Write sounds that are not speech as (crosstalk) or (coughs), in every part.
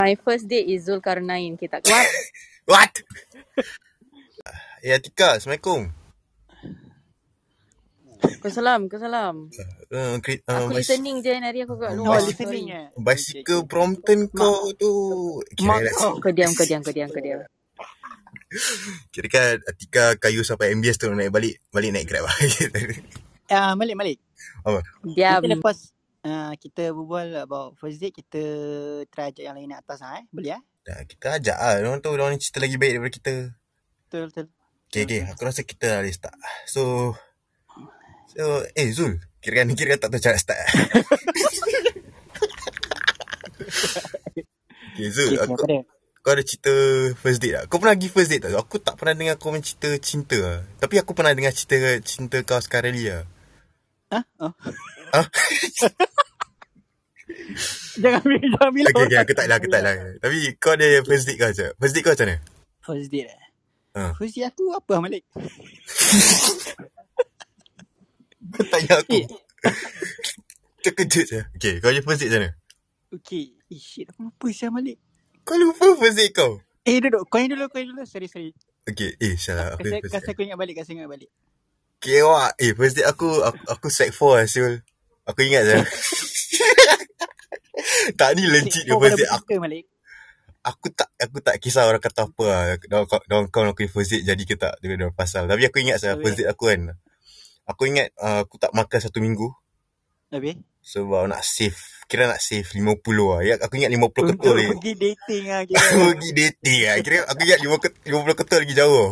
My first date is Zulkarnain. Okay, tak (coughs) kuat. (laughs) What? Eh, Atika, Assalamualaikum. Kau salam, kau salam. Uh, kri- uh, Aku bas- listening je hari aku kat Oh, luar. listening Sorry. eh. Okay, bicycle okay. Brompton Mak, kau tu... mak Kira kan, kau. Kau diam, kau diam, kau diam, kau diam. kira kan Atika kayu sampai MBS tu naik balik. Balik naik grab lah. (laughs) (laughs) Ah, Malik, Malik. Apa? Kita Diam. lepas ah, kita berbual about first date, kita try ajak yang lain nak atas ah, eh. Boleh ah? Nah, kita ajak lah. Diorang tu, diorang cerita lagi baik daripada kita. Betul, betul. Okay, Betul, okay. betul. Aku rasa kita lah boleh start. So, so eh Zul. Kira kan, kira kan tak tahu cara (laughs) start. (laughs) Okay, Zul. Okay, okay, Aku, apa dia? kau ada cerita first date tak? Kau pernah pergi first date tak? Aku tak pernah dengar kau main cerita cinta lah. Tapi aku pernah dengar cerita cinta kau sekarang ni lah. Ah, oh. Ah, (laughs) Jangan bilang, jangan bilang okay, okay, orang. aku tak lah, Jangan aku tak bilang. lah. Tapi kau ada Okay. first date kau macam? First date kau macam mana? First date eh. Ha. First date aku apa ah, Malik? Kau tanya aku. Eh, (laughs) Terkejut je. Okay, kau ada first date macam mana? okay. Eh, shit, aku lupa siapa Malik. Kau lupa first date kau? Eh, duduk. Kau yang dulu, kau yang dulu. Sorry, sorry. Okay, eh salah. Aku Aku kasi, first kasi date. aku ingat balik, kasi ingat balik. Okay, wah. Eh, first date aku, aku, aku sec 4 lah, Syul. Aku ingat (laughs) je. tak ni Sek legit dia 4 first pada date. Aku, bercinta Malik. aku tak aku tak kisah orang kata apa lah. Diorang, kau- diorang, kau nak pergi first date jadi ke tak dengan diorang pasal. Tapi aku ingat saya Habis, first date aku kan. Aku ingat uh, aku tak makan satu minggu. habis. Sebab nak save Kira nak save 50 lah ya, Aku ingat 50 ketul Untuk lagi pergi dating ah kira. Aku (laughs) pergi dating lah Kira aku ingat 50 ket- 50 ketul lagi jauh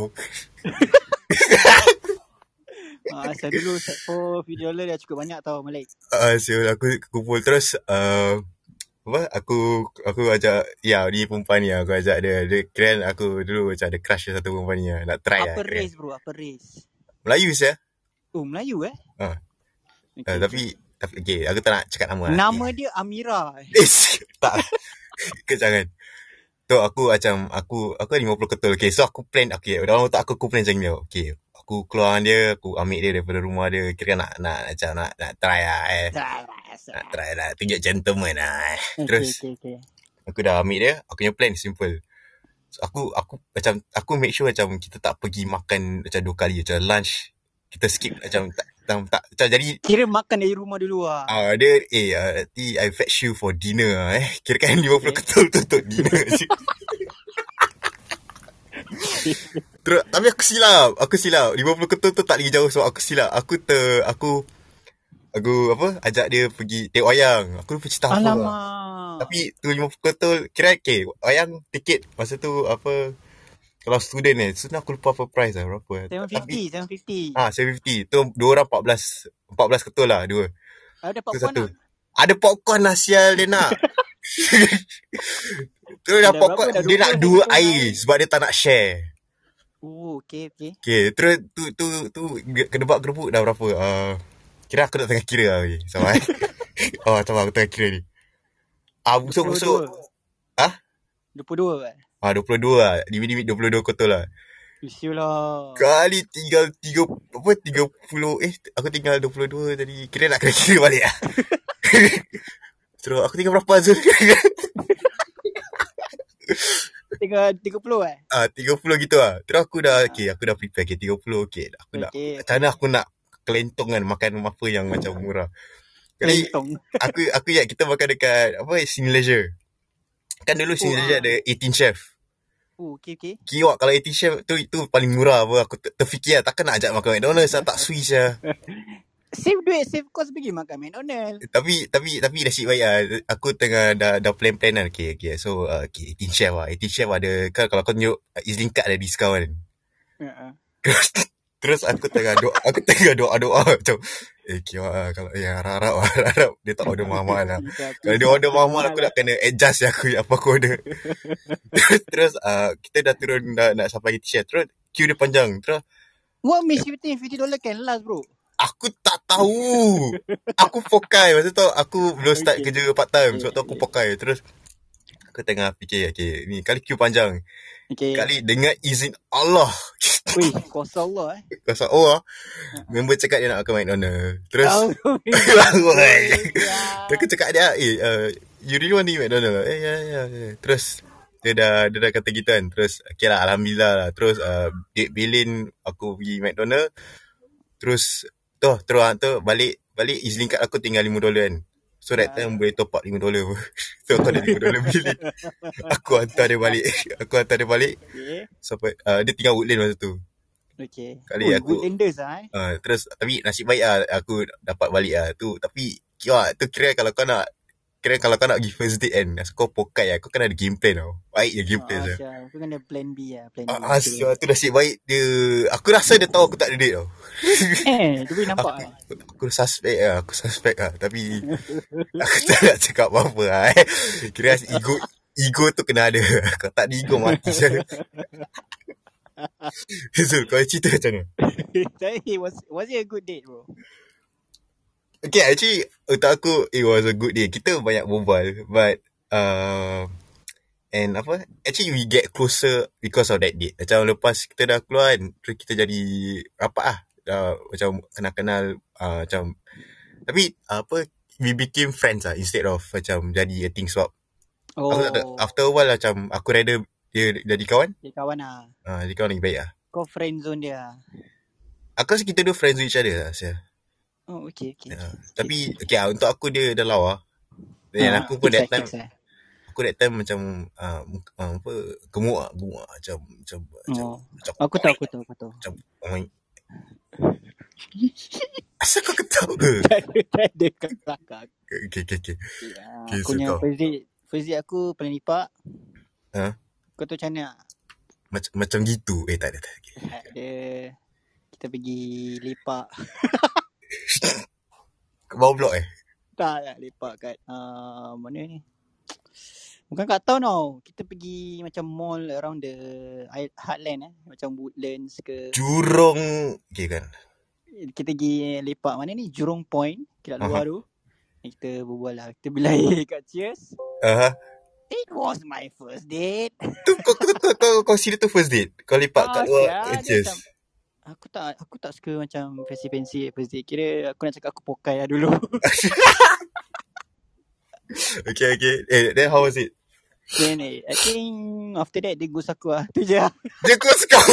Ah, asal dulu set 4 video dollar dah cukup banyak tau Malik. uh, So aku kumpul terus uh, Apa Aku Aku ajak Ya ni perempuan ni lah, Aku ajak dia Dia kira aku dulu Macam ada crush dengan satu perempuan ni lah. Nak try lah Apa kira race bro? Apa race? Melayu saya Oh Melayu eh? uh, uh, Okay okay. Tapi Tapi okay Aku tak nak cakap nama lah Nama dia Amira. eh. Eh (laughs) Tak lah Kau jangan So aku macam Aku Aku ada 50 ketul Okay so aku plan Okay dalam otak aku Aku plan macam ni tau. Okay Aku keluar dengan dia Aku ambil dia daripada rumah dia Kira nak nak Macam nak Nak try lah eh Dah Nak rasa. try lah Tunjuk gentleman lah eh Okay Terus okay okay. Aku dah ambil dia Aku punya plan simple so, Aku Aku macam Aku make sure macam Kita tak pergi makan Macam dua kali Macam lunch Kita skip Macam tak tak, tak macam jadi Kira makan dari rumah dulu ah. Ah, dia eh ah, nanti I fetch you for dinner ah, eh. Kira kan 50 Okay. ketul tu untuk dinner. (laughs) je. Terus tapi aku silap. Aku silap. 50 ketul tu tak lagi jauh sebab aku silap. Aku ter aku aku apa ajak dia pergi tengok wayang. Aku lupa cerita apa lah. Alamak. Tapi tu 50 ketul kira okay, wayang tiket masa tu apa kalau student eh. Student aku lupa apa price lah berapa. eh. Tapi 750, 750. ah 750 tu dua orang 14 14 ketul lah dua. Tu Ada popcorn lah. satu. tak? Ada popcorn lah sial dia nak. Terus dah Dah popcorn berapa? Dah dia nak 20 dua popcorn air air. sebab dia tak nak share. Oh, okay okay. Okay, terus tu tu tu kedebak kerebuk dah berapa? Uh, kira aku nak tengah kira lah okay. Sabar eh. oh, sabar aku tengah kira ni. Ah, busuk busuk. 22. Ah, 22 eh. ah 22 lah. Limit-limit 22 kotor lah. Isu lah. Kali tinggal 3 apa 30 eh aku tinggal 22 tadi. Kira nak kena kira balik ah. (laughs) Terus aku tinggal berapa Azul? Tengah 30 eh? Ah, 30 gitu lah. Terus aku dah, Ah, okay, aku dah prepare. Okay, 30, okay. Aku nak, okay, macam mana okay. aku nak kelentong kan makan apa yang macam murah. Kali, Kelentong. (laughs) aku aku ingat kita makan dekat, apa, Sini Leisure. Kan dulu Oh, Sini Leisure ah. ada 18 Chef. Oh, okay, okay. Kiwak kalau 18 Chef tu, itu paling murah apa. Aku ter- terfikir lah, takkan nak ajak makan McDonald's lah, tak sui (laughs) lah. Save duit, save cost pergi makan McDonald. Tapi, tapi, tapi nasib baik lah. Aku tengah dah, dah plan-plan lah. Okay, okay. So, uh, okay, 18 Chef lah. 18 Chef ada, kan kalau kau tunjuk, Izlink card ada discount kan. Uh-uh. Terus Terus aku tengah doa Aku (laughs) tengah doa-doa Macam Eh kira lah Kalau yang harap-harap (laughs) Harap dia tak order mahal-mahal (laughs) lah Pisah, Kalau dia pisah order tu mahal-mahal mahal Aku lah. nak kena adjust yang aku Apa aku order (laughs) Terus, terus uh, Kita dah turun Dah nak sampai lagi t-shirt Terus queue dia panjang Terus What makes you think $50 can last, bro? Aku tak tahu Aku pokai Masa tu aku belum start Okay, kerja part time okay, Sebab tu aku okay. pokai Terus aku tengah fikir Okay ni kali queue panjang Okay. Kali dengan izin Allah Wih, kuasa Allah eh. Kasar Allah Uh-uh. ah. Member cakap (laughs) dia nak makan McDonald Terus eh. Oh my god, Bangun bro. Terus aku Sial. cakap dia Eh uh, you really want to eat McDonald? Eh, ya, ya, ya. Terus, dia dah, dia dah kata kita kan. Terus, okay lah, Alhamdulillah lah. Terus, uh, date Belin, aku pergi McDonald. Terus, tu, terus, tu, balik, balik izin kad aku tinggal 5 dolar kan. So that time boleh top up 5 dolar pun. (laughs) so aku ada 5 dolar beli. Aku hantar dia balik. aku hantar dia balik. Okay. Sampai, uh, dia tinggal Woodland masa tu. Okay. Kali Ui, aku- Woodlanders lah eh. Uh, terus tapi nasib baik lah aku dapat balik lah tu tapi kira tu kira kalau kau nak kira kalau kau nak pergi first date kan as- kau pokai lah kau kena ada game plan tau baik je game plan Ah, saya Syah. Kau kena plan B lah. Plan B. eh. ah ah, sial, tu nasib baik dia aku rasa dia tahu aku tak ada date tau (laughs) Eh, dia boleh nampak aku (laughs) aku lah. suspect lah aku suspect lah tapi (laughs) aku tak nak cakap apa-apa lah eh. kira ego ego tu kena ada kalau tak ada ego mati saya (laughs) Zul kau cerita macam mana Tapi, was, was it a good date bro? Okay, actually, untuk aku, it was a good day. Kita banyak berbual, but, uh, and apa, actually we get closer because of that date. Macam lepas kita dah keluar kan, terus kita jadi rapat lah. Uh, macam kenal-kenal, uh, macam, tapi, uh, apa, we became friends lah instead of macam jadi a thing swap. Oh, Aku tak tahu, after a while lah macam, aku rather dia jadi kawan, dia kawan lah. uh, jadi kawan lagi baik lah. Kau friend zone dia lah. Aku rasa kita dua friends with each other lah, Sia. Oh, okay, okay. Uh, tapi, okay lah, untuk aku dia dah lawa. Dan Ah, Ya, aku pun tips that lah, time, tips lah. aku that time macam uh, uh, apa gemuk ah gemuk ah macam macam macam Oh. macam Aku tahu, aku tahu, aku (laughs) tahu. macam oh my asal kau ketawa ke Tak ada, tak ada kat belakang. okay okay okay Ya, Okay, so aku punya kau. first date, first date aku paling lipat. Ha? Kau tahu macam mana? macam macam gitu eh tak ada tak ada okay. Ada kita pergi lepak. Kat bawah blok eh Tak lah lepak kat uh, mana ni? Bukan kat town tau. Kita pergi macam mall around the i- heartland eh. Macam Woodlands ke. jurong okay kan Kita pergi lepak mana ni? Jurong Point. Kita Aha. luar tu. Kita berbual lah. Kita berlayar (laughs) kat Cheers. aha It was my first date. tu kau kau kau, kau, kau consider tu first date kau lepak kat Ah, luar sia, eh, dia cheers macam- Aku tak aku tak suka macam fancy-fancy first date. Kira aku nak cakap aku pokai lah dulu. (laughs) okay okay eh then how was it Then eh, I think after that dia ghost aku lah. (laughs) Tu je lah. (laughs) dia kau suka (laughs)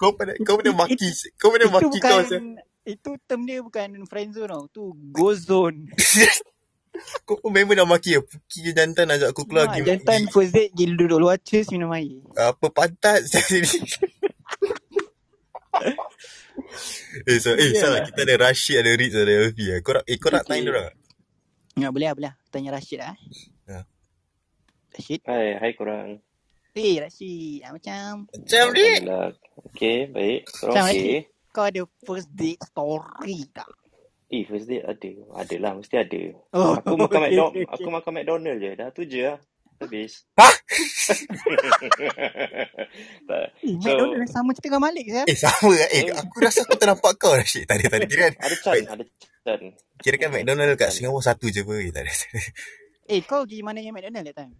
kau pada kau pada maki kau pada Itu maki kau bukan macam itu term dia bukan friend zone tau. Tu ghost zone. kau pun memang dah maki ya puki jantan ajak (laughs) aku keluar Mak, pergi- Ah, jantan pergi- first date gila duduk luar cheers minum air. apa pantat (laughs) saya sini. eh, so, eh, Yeah. salah. Kita ada Rashid, ada Riz, ada Elfi. Eh. Kau nak, eh, kau nak tanya Okay. diorang? Ya, boleh lah, boleh lah. Tanya Rashid lah. Ya. eh. Rashid. Hai, hai korang. Eh, Rashid. Ah, macam Macam ni. Alhamdulillah. Okey, baik. Korang Macam Rashid. okey? Kau ada first date story tak? Eh, first date ada. Adalah, mesti ada. Oh, Aku (laughs) makan okay, McDonald, okay, okay. aku makan McDonald je. Dah tu je lah. Habis. Hah? (laughs) tak. Eh, So, McDonald yang sama cerita dengan Malik saya. Eh, sama lah. Eh, eh, aku rasa aku ternampak kau, Rashid. Tadi, tadi. Kira, ada Chan, ada Chan. kira kan McDonald kat Kan. Singapura satu je pun. Eh, tak ada. (laughs) Eh, kau pergi mana yang McDonald that time?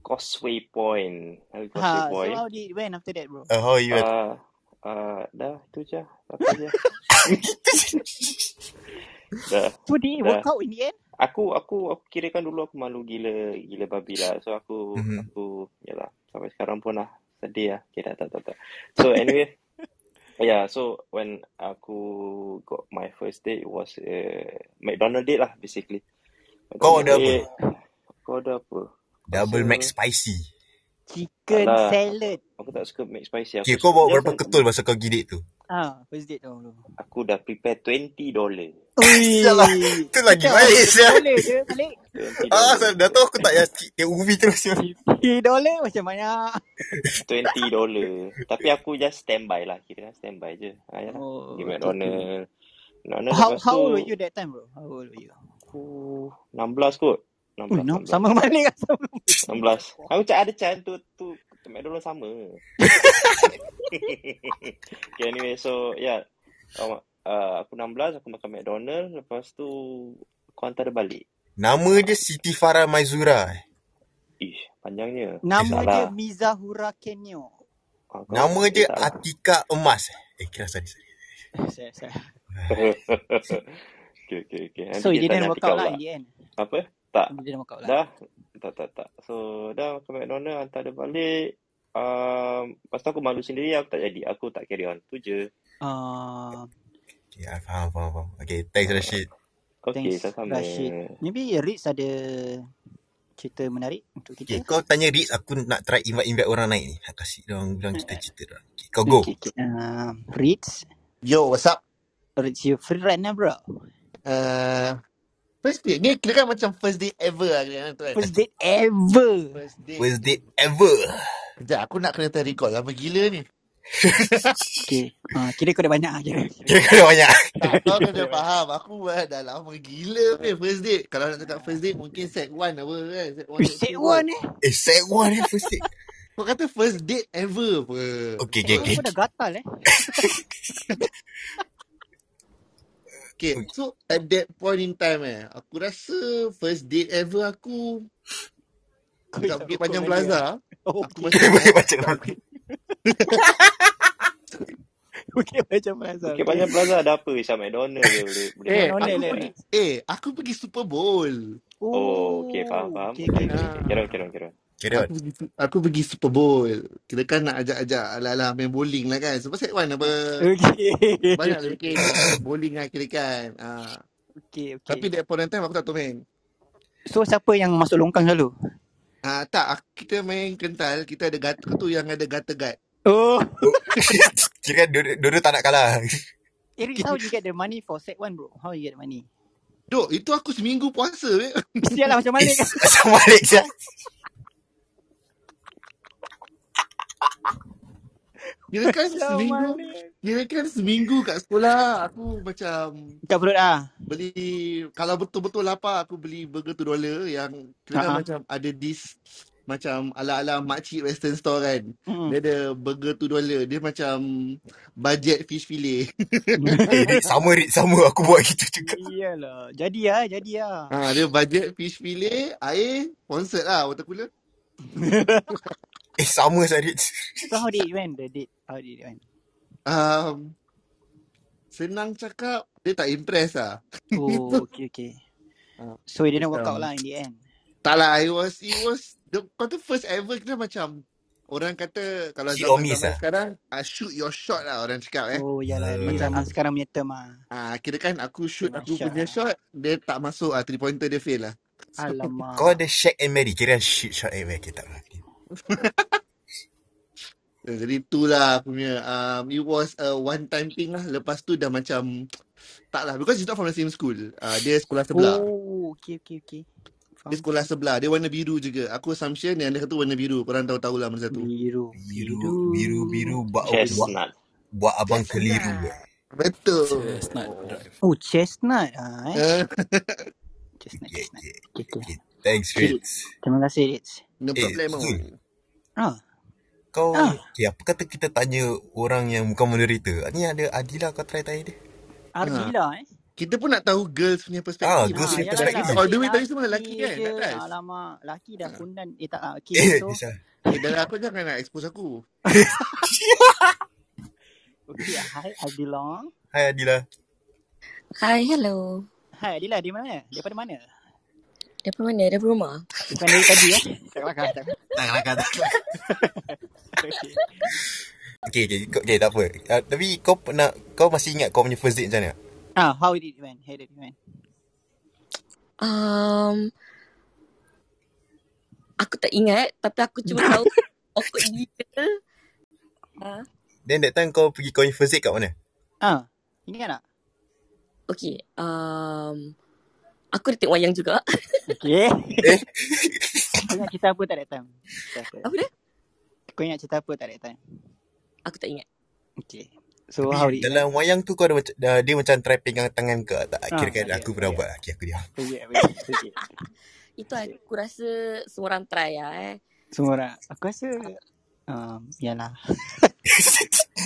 Causeway Point. Ada Causeway Ha, so Point. how did it went after that, (laughs) bro? Uh, how you went? Ah, ah, dah, tu je. Apa je. Dah. So, did it work out in the end? Aku aku aku kirakan dulu aku malu gila gila babi lah. So aku Mhm. aku yalah sampai sekarang pun lah sedih lah. Okay, dah, tak tak tak. So (laughs) anyway, yeah, so when aku got my first date it was uh, McDonald date lah basically. Kau order McDonald apa? date. Kau ada apa? Double Ah, Rasa- Mac Spicy. Chicken Alah. salad. Aku tak suka McSpicy. Okay, Aku kau suka bawa dia berapa macam ketul masa kau gidik tu? Ha, first date tau, bro. aku dah prepare 20 dollar. (laughs) (laughs) Ui. Sial lah. Tu lagi baik, sial. Boleh je, Malik. 20 Ah, dollar. asal dah tahu aku tak payah ti- tiup ubi terus. ya. 3 dolar macam banyak. 20 dollar. Tapi aku just standby lah. Kira standby je. Ah, yalah. Oh, okay, Pergi okay. McDonald. McDonald How, lepas how tu old were you that time, bro? How old were you? aku 16 kot. Ui, 16, no, 16. sama Malik lah. Sama 16. Aku cakap ada can tu tu tu McDonald sama. (laughs) okay, anyway, so yeah. Um, uh, aku 16, aku makan McDonald. Lepas tu aku hantar dia balik. Nama dia Siti Farah Maizura. eh. Ish, panjangnya. Nama Tak dia lah. Mizahura Kenyo. Ah, kau Nama eh, dia tak lah. Atika Emas. eh. Eh, kira sorry, sorry. Saya, saya. okay, okay, okay. Nanti So it kita didn't tanya work Atikau out lah pula. in the end. Apa? Tak. It didn't work out lah. Dah. Tak, tak, tak. So, dah ke McDonald, hantar dia balik. Um, lepas tu aku malu sendiri, aku tak jadi. Aku tak carry on. Tu je. Uh, Okay, I faham, faham, faham. Okay, thanks Rashid. Okay, thanks sama-sama. Rashid. Maybe Riz ada cerita menarik untuk Okay, kita. kau tanya Riz, aku nak try invite-invite orang naik ni. Nak kasih dia orang bilang cerita-cerita dia orang. Okay, kau go. Okay, okay. Uh, Riz, Yo, what's up? Riz you free right now bro? Uh, first date. Ni kira kan macam first date ever lah kira kan tu kan. First date ever. First date. First date ever. Sekejap, aku nak kena terrecord. Lama gila ni. Okay, uh, kira kau dah banyak aja. Kira Kira kau. kau banyak. Tak, kau kira (laughs) kau kena banyak. faham. Aku eh, dah lama gila ni first date. Kalau nak cakap first date, mungkin set one apa kan. Set You one, set said two kot. one eh. Eh, set one eh, first date. Kau kata first date ever apa. Okay, Set okay, one okay. pun dah gatal eh. Okay, Oh. so at that point in time eh, aku rasa first date ever aku Kau hisap dekat Bukit rokok Panjang dengan dia. eh? Plaza. (laughs) Oh, okay. Aku masih Boleh ingat (laughs) baca tak rokok. Bukit Panjang Plaza. Bukit Okay. Panjang Plaza ada apa? Isam McDonald je boleh boleh Eh, cakap McDonald cerita. aku eh. pergi eh, aku pergi Super Bowl. Oh, okay. Faham, Oh, faham. okay, Okay, okay, okay, okay. okay. Carry on, Ah. carry on, carry on. Kira Aku pergi aku pergi Super Bowl. Kita kan nak ajak-ajak ala-ala main bowling lah kan. Sebab set one apa (laughs) Okay. banyak (laughs) lah bikin apa bowling lah kira kan. Ah. okay, okay. Tapi that point in time aku tak tahu main. So, siapa yang masuk longkang selalu? Ah, tak, aku- kita main kental, kita ada gata tu yang ada gata guard. Oh, Kira dua-dua tak nak kalah. Eric, how you get the money for set one, bro? How you get the (laughs) money? Dok, itu aku seminggu puasa. weh. Sial lah macam Eh, mana kan? macam balik je. Kira kan Macam seminggu, mana? kira kan seminggu kat sekolah aku macam Ikat perut ah. beli kalau betul-betul lapar aku beli burger tu dollar yang kira kan Ha-ha. macam ada this macam ala-ala makcik western store kan. Mm-mm. Dia ada burger tu dollar. Dia macam budget fish fillet. Eh, Rit, sama Rit, sama. Aku buat gitu juga. Iyalah. Jadi ah, jadi ah. ha, (laughs) dia budget fish fillet, air, sponsor lah water cooler. Eh, sama saya Rit. so how did it went the date? How did it went? Um, senang cakap, dia tak impress lah. Oh, okay, okay. Ah, So it didn't work out macam lah in the end. Tak lah, it was, it was, the, kau tu first ever kita macam, orang kata kalau Hit or miss zaman-zaman lah. sekarang, uh, shoot your shot lah orang cakap eh. Oh, iyalah. Ni Uh, Macam, zaman sekarang punya term ah. ah kira kan aku shoot Shoot your aku shot punya lah. shot, dia tak masuk ah, three pointer dia fail lah. kau So, Alamak. ada Shaq and Mary. Kira shoot shot and Mary. Okay, tak lah. eh, jadi itulah aku punya, um, it was a one time thing lah. Lepas tu dah macam, tak lah, because he's not from the same school. Uh, dia sekolah sebelah. Oh, okay, okay, okay. Dia Faham, sekolah faham. sebelah. Dia warna biru juga. Aku assumption yang dia satu warna biru. Korang tahu-tahu lah mana satu. Biru, Biru, biru. biru, biru. Buat, buat, Chestnut. buat abang keliru. Chestnut. Betul. Chestnut Drive. Oh, chestnut ah, eh. Eh, Chestnut, Okay, chestnut. okay. Okay, okay. Okay, thanks Okay. Rit. Terima kasih, Ritz. No Eh, problemo. Zul. Ah, Kau, ah. okay, apa kata kita tanya orang yang bukan moderator? Ni ada Adila, kau try tanya dia. Ha. Ardila eh. Kita pun nak tahu girls punya Ah, perspektif. girls Ah, Ni punya yalah, sebab yalah. kita perspektif. all Asyik the way Oh, tadi semua lelaki laki kan? je. Tak guys. Alamak. Laki dah Ha. kundan. Eh, tak lah. Okay, Eh, (laughs) so. Isha. Eh, dah lah, kau jangan nak expose aku. Okay, ah, hi Adila. Hai Adila. Hai, hello. Hai Adila, dari mana? Daripada mana? Daripada mana? Daripada rumah? Bukan dari tadi eh. Tak kelakar, tak kelakar. Tak kelakar, tak kelakar. Okay. Okay, okay, kau- okay, tak apa. Uh, tapi kau pernah, kau masih ingat kau punya first date macam mana? Ah, how did it went? How did it went? Um, aku tak ingat tapi aku cuma (laughs) tahu awkward gila. Ha? Then that time kau pergi kau punya first date kat mana? Ah, ingat tak? Okay, um, aku dah tengok wayang juga. Okay. Eh, (laughs) Kau ingat cerita apa tak that time? Cerita apa? Apa dia? Kau ingat cerita apa tak that time? Aku tak ingat. Okay. So, how tapi did it went? dalam wayang tu kau ada macam, dah, dia macam try pegang tangan kau. Tak, kira Ah, kan ada, aku pernah ada. buat. Okay, aku diam. Pergi, pergi, pergi. Itu Okay. aku rasa semua orang try lah eh. Semua orang. Aku rasa, um, yalah. (laughs)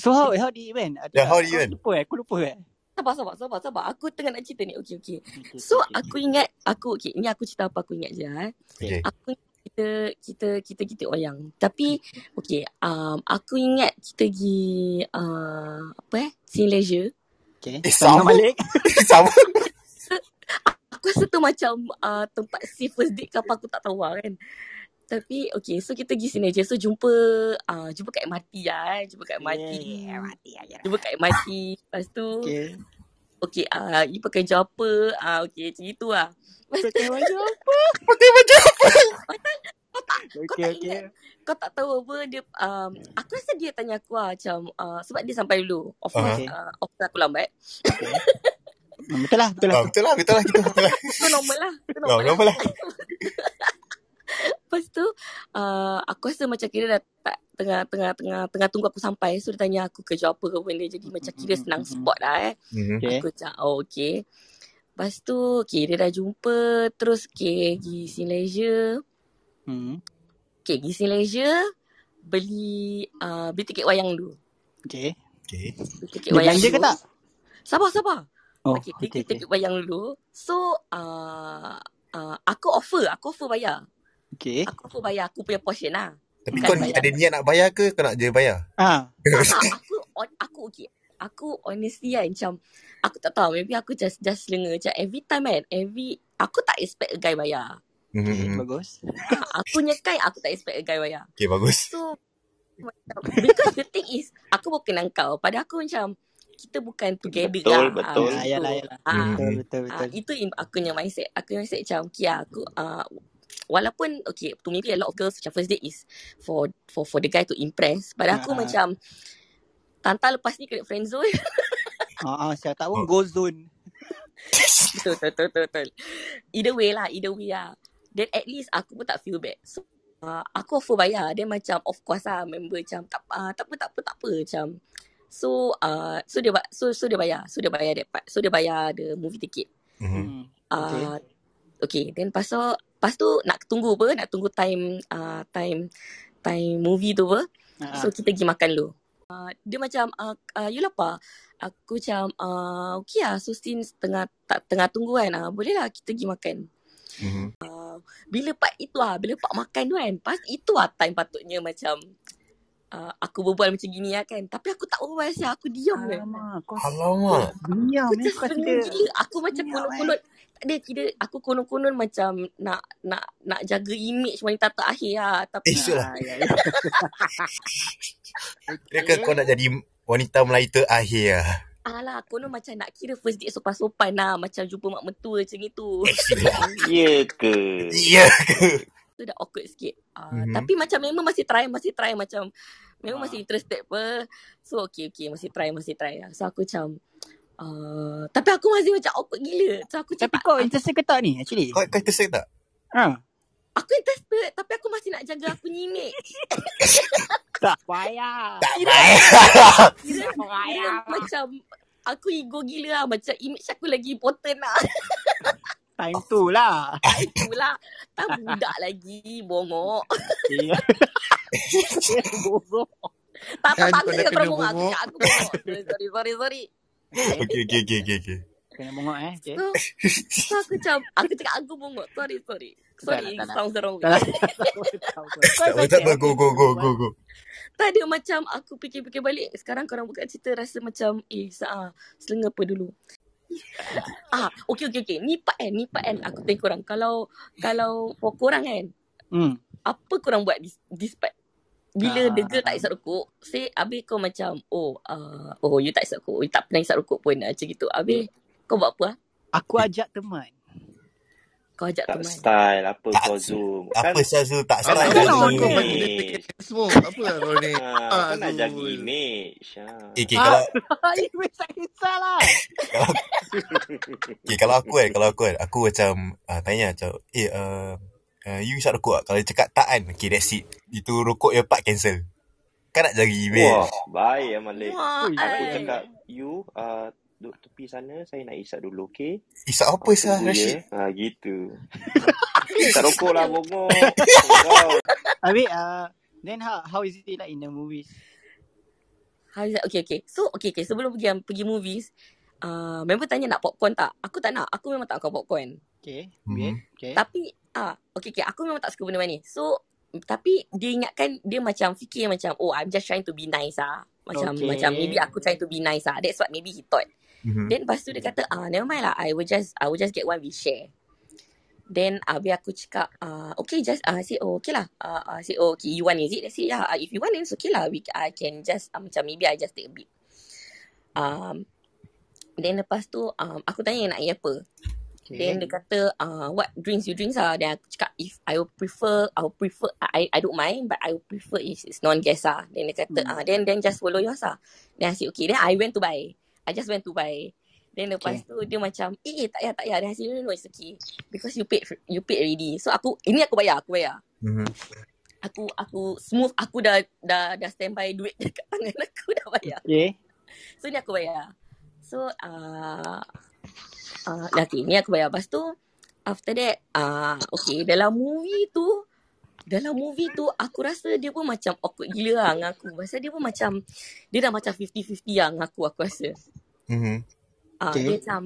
So, how, how did it went? Dah, Adila, how do you went? kau lupa eh? Aku lupa eh? Sabar, sabar, sabar, sabar. Aku tengah nak cerita ni. Okay, okay. Okay, So, okay, okay. aku ingat, aku, okay, ni aku cerita apa aku ingat je eh. Okay. Okay. Aku ingat kita, kita, kita, kita wayang. Tapi, Hmm. okay, um, aku ingat kita pergi, uh, apa eh, Sini Leisure. Okay. Eh, Salam sama. balik. (laughs) (laughs) Sama. Aku rasa tu macam uh, tempat safe first date ke apa aku tak tahu lah kan. Tapi okay, so kita pergi sinergi. So jumpa uh, jumpa kat MRT lah. Eh. Jumpa kat MRT. Yeah, MRT lah, yeah. Jumpa kat MRT. Lepas tu, okay, Okay. okay uh, you pakai baju apa? Uh, okay, macam itu lah. Lepas tu, Pakai baju apa? Pakai macam kau tak, kau Okay, tak okay. ingat. Kau tak tahu apa dia. Um, aku rasa dia tanya aku lah macam, uh, sebab dia sampai dulu. Of course, Okay. uh, of course aku lambat. Okay. Hmm, Betul lah, betul lah. Ah, betul lah, betul lah. Kita betul lah. Itu normal lah. Nah, Itu normal lah. normal lah. (laughs) Lepas tu uh, aku rasa macam kira dah tak tengah tengah tengah tengah tunggu aku sampai. So dia tanya aku kerja apa ke benda. Jadi macam kira senang spot lah eh. Mhm. Okay. Aku macam oh okay. Lepas tu okay dia dah jumpa. Terus okay pergi Sing Leisure. Hmm. Okay pergi Sing Leisure. Beli uh, beli tiket wayang dulu. Okay. Okay. Beli tiket Dia wayang belanja ke dulu. tak? Sabar sabar. Oh, Okay beli okay, okay. tiket wayang dulu. So uh, uh, aku offer. Aku offer bayar. Okay. Aku offer bayar aku punya portion lah. Tapi Bukan kau Mhm. ni bayar ada niat nak bayar ke kau nak je bayar? Ah, Tak tak aku on, aku okay. Aku honestly kan macam aku tak tahu maybe aku just just lenga macam every time kan every aku tak expect a guy bayar. Mhm, okay, mhm. bagus. Ha, aku punya kind aku tak expect a guy bayar. okay, bagus. So macam because the thing is aku baru kenal kau pada aku macam kita bukan together Betul, lah. Ha, Ah, betul. macam tu. yalah, yalah. Ha, Mhm, Betul, mhm. betul, ha, betul. itu in, aku punya mindset. Aku punya mindset macam okay lah, aku uh, walaupun okay to maybe a lot of girls macam first date is for for for the guy to impress. Pada aku Ah, macam Tanta lepas ni kena friend zone. (laughs) ah, ah, saya tak Oh. pun go zone. betul, betul, betul, betul, betul. Either way lah, either way lah. Then at least aku pun tak feel bad. So, uh, aku offer bayar. Then macam of course lah member macam tak, uh, tak apa, tak apa, tak apa macam. So, uh, so dia ba- so so dia bayar. So dia bayar that part. So dia bayar the movie ticket. Mhm. Hmm. Okay. Uh, okay, then pas tu, pas tu nak tunggu apa? Nak tunggu time uh, time time movie tu apa? Ah, ah. So kita pergi makan dulu. Uh, dia macam uh, uh, you lapar? Aku macam uh, okay lah. So since tengah tak tengah tunggu kan, uh, boleh lah kita pergi makan. Mhm. Bila part itu lah, bila part makan tu kan, pas itu lah time patutnya macam uh, aku berbual macam gini lah kan. Tapi aku tak berbual siapa, aku Ah. diam je. Alamak, kau kau Alamak. diam Aku eh, just kau lenga kira gila. Aku macam diam eh. konon-konon. Tak ada kira. Aku konon-konon macam nak nak nak jaga image wanita terakhir lah. Eh, Tapi syok lah. Ah, ya, (laughs) ya. Kira kan kau Okay. nak jadi wanita Melayu terakhir lah. alah konon ah macam nak kira first date sopan-sopan lah. Macam jumpa mak mentua macam itu. Eh, syok lah. Ya ke? Ya ke? tu dah awkward sikit. Uh, Mhm. tapi macam memang masih try, masih try macam memang Ah, masih interested apa. So okay, okay. Masih try, masih try lah. So aku macam uh, tapi aku masih macam awkward gila. So aku macam Tapi tak, kau aku, interested ke tak ni actually? Kau, kau intersect tak? Ah. aku interested tapi aku masih nak jaga aku punya image. Tak payah. Tak Kira payah. kira Tak kira payah. macam aku ego gila lah. Macam image aku lagi important lah. (laughs) Time tu lah. Time tu lah. Time budak lagi. Bongok. (laughs) (laughs) Ya. Eh, Bodoh. Tak tak Kan tak. kau Aku tak dah ingat kena pernah bongok. Aku bongok. ingat aku bongok. Sorry sorry sorry. (laughs) sorry. Okay. okay, okay, okay, okay, okay. Kena bongok eh. Okay. So so aku macam. Aku cakap aku bongok. Sorry sorry. Tak Sorry lah, tak it lah. sounds the wrong Tak way. lah, (laughs) tak lah. Tahu, tahu. Tak Kau it's apa, tak okay, apa. Go, okay. go, Kena go, go, buat. go. Tak ada macam aku fikir-fikir balik. Sekarang korang buka cerita rasa macam. Eh Sa'a. Selenga apa (laughs) dulu? Ah, okay, okay, okay. Ni part kan, ni part kan. Aku tanya korang. Kalau, kalau for korang kan, Hmm. apa korang buat this, this part? Bila the girl Ah, tak isap rokok, say, habis kau macam, oh, uh, oh, you tak isap rokok, you tak pernah isap rokok pun, ah, macam gitu. Hmm. Habis, kau buat apa ah? aku ajak (laughs) teman. Kau ajak Tak teman. style apa Tak, kau zoom. apa Kan Syazul tak kau Apa style nak jaga kau nak Tolong kau aku. bantu dia image. take smoke? Apa lah kau (laughs) ni? Ha, Ah, kau nak jaga Zul. image. Ha. Eh, Okay, okay, Ah, kalau, you tak kisah lah. kalau, okay, kalau aku kan, kalau aku kan, aku macam uh, tanya macam, eh, uh, uh, you isap rokok tak? Kalau dia cakap tak kan, okay, that's it. Itu rokok yang part cancel. Kau nak jaga image. Wah, baik eh, Malik. Wah, Ui, Aku baik ai. cakap, eh. you uh, duduk tepi sana, saya nak isap dulu, okay? Isap apa Uh, sah, tunggu Rashid? ya. Ha, gitu. Isap rokok (laughs) lah, bongok. Apa kau? Abi, uh, then how, how is it like in the movies? How is that? Okay, okay. So, okay, okay. Sebelum pergi um, pergi movies, uh, member tanya nak popcorn tak? Aku tak nak. Aku memang tak makan popcorn. Okay, Mhm. weird. Okay. Tapi ah okay okay aku memang tak suka benda manis. So tapi dia ingatkan dia macam fikir macam oh I'm just trying to be nice ah. Macam macam maybe Okay. aku trying to be nice ah. That's what maybe he thought. Mhm. Then lepas tu dia kata, ah never mind lah, I will just I will just get one we share. Then habis aku cakap, ah okay just ah say oh okay lah. Ah uh, say oh okay you want is it? Dia say yeah, ah, if you want then it's okay lah. We I can just ah, macam maybe I just take a bit. Um then lepas tu um, aku tanya nak air apa. Okay. Then dia kata uh, what drinks you drinks ah. Then aku cakap if I will prefer I will prefer I I don't mind but I will prefer if it's non gas ah. Then dia kata Hmm. ah uh, then then just follow yours ah. Then I say okay. Then I went to buy. I just went to buy. Then lepas Okay. tu dia macam eh eh, tak payah tak payah. Then I say no no no, it's okay because you paid for- you paid already. So aku ini aku bayar aku bayar. Mhm. Aku aku smooth aku dah dah dah standby duit (laughs) dekat tangan aku dah bayar. Okay. So ni aku bayar. So uh, uh, okay, ni aku bayar. Lepas tu, after that, uh, okay, dalam movie tu, dalam movie tu, aku rasa dia pun macam awkward gila lah dengan aku. Pasal dia pun macam, dia dah macam 50-50 lah dengan aku, aku rasa. Mhm. Uh, Okay. dia macam,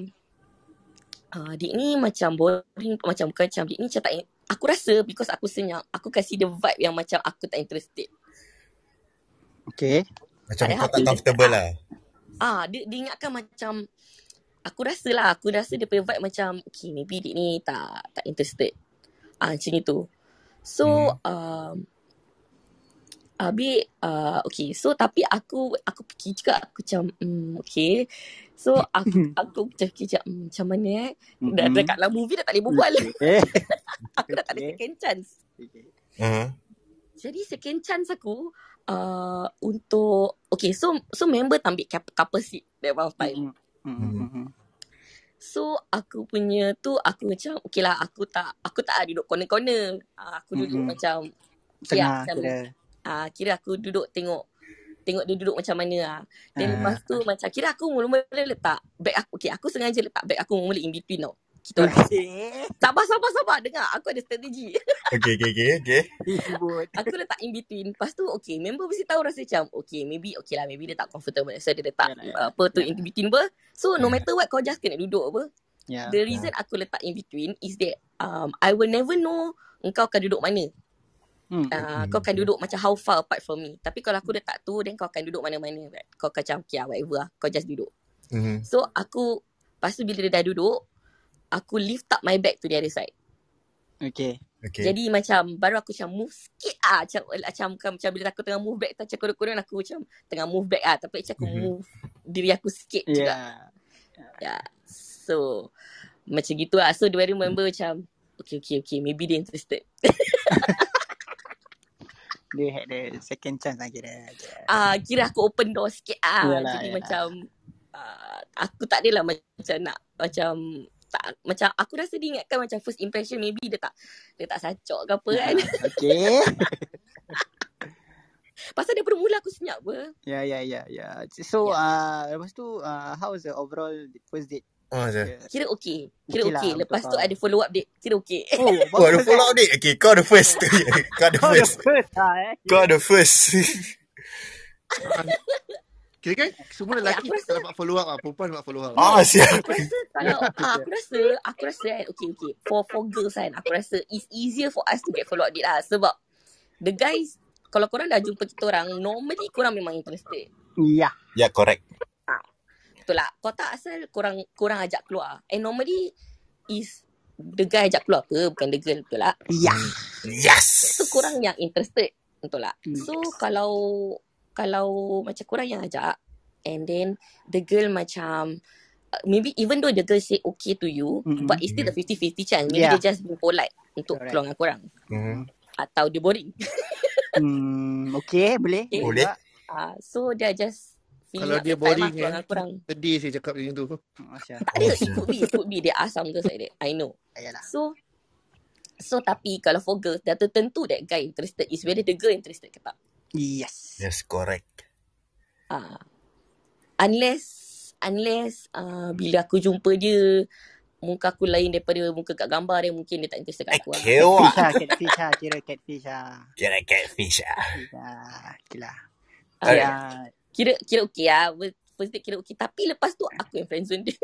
uh, dia ni macam boring, macam bukan macam, dia ni macam tak, in- aku rasa because aku senyap, aku kasih dia vibe yang macam aku tak interested. Okay. Macam Padahal kau tak aku, comfortable lah. ah, dia, dia ingatkan macam, aku rasa lah, aku rasa dia punya vibe macam, okay, maybe dia ni tak tak interested. Ah, macam itu. So, Mhm. um, Abi, uh, okay. So, tapi aku aku fikir juga, aku macam, mm, okay. So, aku aku macam fikir macam, mm, macam mana eh. Dah Mm-hmm. Eh. dekat lah. dalam movie dah tak boleh (laughs) berbual. Okay. aku dah tak ada Okay. second chance. Okay. Mhm. Jadi, second chance aku uh, untuk, okay. So, so member tak ambil cap- couple seat that one of time. Mm-hmm. Mm-hmm. So aku punya tu aku macam okay lah aku tak aku tak duduk corner-corner. Uh, aku duduk Mm-hmm. macam okay Tengah lah, (laughs) macam kira. uh, kira aku duduk tengok tengok dia duduk macam mana lah. Uh, Then lepas tu macam kira aku mula-mula letak bag aku. Okay aku sengaja letak bag aku mula-mula in between tau. Kita orang. Mm. okay. Sabar sabar sabar dengar aku ada strategi. Okay, okay, okay, okay. (laughs) Ribut. (laughs) aku letak in between. Lepas tu okay member mesti tahu rasa macam okay maybe okay lah maybe dia tak comfortable. So dia letak Yalah, uh, yalah. apa tu in Yalah. between apa. So no Mhm. matter what kau just kena duduk apa. Yeah. The reason aku letak in between is that um, I will never know engkau akan duduk mana. Mm-hmm. Uh, kau akan duduk macam how far apart from me. Tapi kalau aku letak tu, then kau akan duduk mana-mana. Right? Kau akan macam, okay lah, whatever lah. Kau just duduk. Mhm. So, aku, lepas tu bila dia dah duduk, aku lift up my bag to the other side. Okay. Okay. Jadi macam, baru aku macam move sikit ah Macam, macam, macam, macam bila aku tengah move back tu, macam kurang-kurang aku macam tengah move back ah Tapi macam aku Mhm. move diri aku sikit juga. Yeah. Yeah. So, macam gitu lah. So, the wedding member macam, okay, okay, okay. Maybe dia interested. Dia had the second chance lah kira. kira. uh, kira aku open door sikit ah. Yalah, Jadi yalah. macam uh, aku tak adalah macam nak macam tak macam aku rasa dia ingatkan macam first impression maybe dia tak dia tak sacok ke apa kan. Uh, okay. Pasal daripada mula aku senyap apa. Yeah, yeah, yeah, yeah. ya, So, Ya. uh, lepas tu, uh, how was the overall first date? Oh, saya. Yeah. Kira okey. Kira Okay okey. lah untuk Lepas tu kau. ada follow up date. Kira okey. Oh, Oh, ada bagus follow eh. up date. Okay, kau the first. (laughs) kau the Kau the first. first lah eh. Kira. Kau the first. (laughs) Ah, Kira kan semua Eh, lelaki aku rasa tak dapat follow up lah. Perempuan dapat follow up. ah, No, siap. (laughs) aku rasa kalau (laughs) ah, aku rasa aku rasa kan okay okay for for girls kan aku rasa it's easier for us to get follow up date lah sebab the guys kalau korang dah jumpa kita orang normally korang memang interested. Yeah. Ya, yeah, correct. Ah, betul lah. Kau tak asal korang korang ajak keluar. And normally is the guy ajak keluar apa bukan the girl betul lah. Yeah. Mhm. So Yes. korang yang interested betul lah. Mm. So kalau kalau macam korang yang ajak and then the girl macam uh, maybe even though the girl say okay to you Mm-hmm. but it's Mhm. still a 50-50 chance. Maybe Yeah. dia just be polite untuk Correct. keluar dengan korang Mhm. Mm-hmm. atau dia boring. (laughs) Hmm, okay, boleh, Okay. Boleh? boleh juga. Ah, so dia just filling Kalau up dia the time lah boring keluar eh. dengan korang. Sedih saya cakap macam tu. Masya. Tak Oh, ada. It siap. could be. It could be. There are some girls like that. I know. Ayalah. So, so tapi kalau for girls, dah tertentu that guy interested is whether the girl interested ke tak. Yes. Yes, correct. Ah, unless, unless ah bila aku jumpa dia, muka aku lain daripada muka kat gambar dia, mungkin dia tak interested Eh, kat aku lah. kewa. Catfish ah, catfish ah, kira catfish ah. Kira catfish ah. Catfish ah, okay lah. Okay Ah, Alright. ah, kira, kira okay lah. First date kira okay. Tapi lepas tu aku yang friendzone dia. (laughs)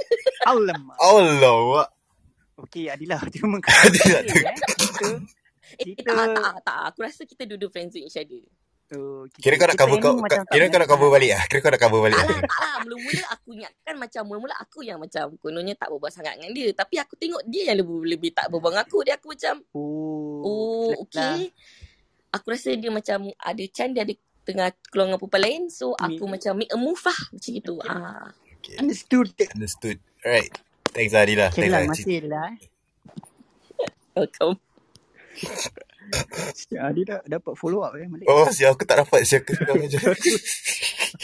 alamak. Allah, wak. Okay, Adila, (laughs) terima kasih eh. Cerita, Eh, tak cerita. ah, tak ah, tak ah. Aku rasa kita duduk friendzone each other. Oh, kita, Kira kau nak kita cover ni kau, macam kau- tak lah. kira kau nak biasa. cover balik ah. Kira kau nak cover balik. Tak ah. lah, (laughs) tak lah. Mula-mula aku ingatkan macam mula-mula aku yang macam kononnya tak berbual sangat dengan dia. Tapi aku tengok dia yang lebih, lebih tak berbual dengan aku. Dia aku macam, Oh, oh flat lah. okay. Aku rasa dia macam ada chance dia ada tengah keluar dengan perempuan lain. So aku Me- macam make a move lah. Macam gitu. Ah. Okay. lah. Understood. (laughs) Understood. Alright. Thanks lah Adila. Okay Thanks lah, lah. Cik. masih lah. eh. (laughs) Welcome. Si Adi dah dapat follow up eh, Malik. Oh, siapa aku tak dapat siapa kau aja. Sorry,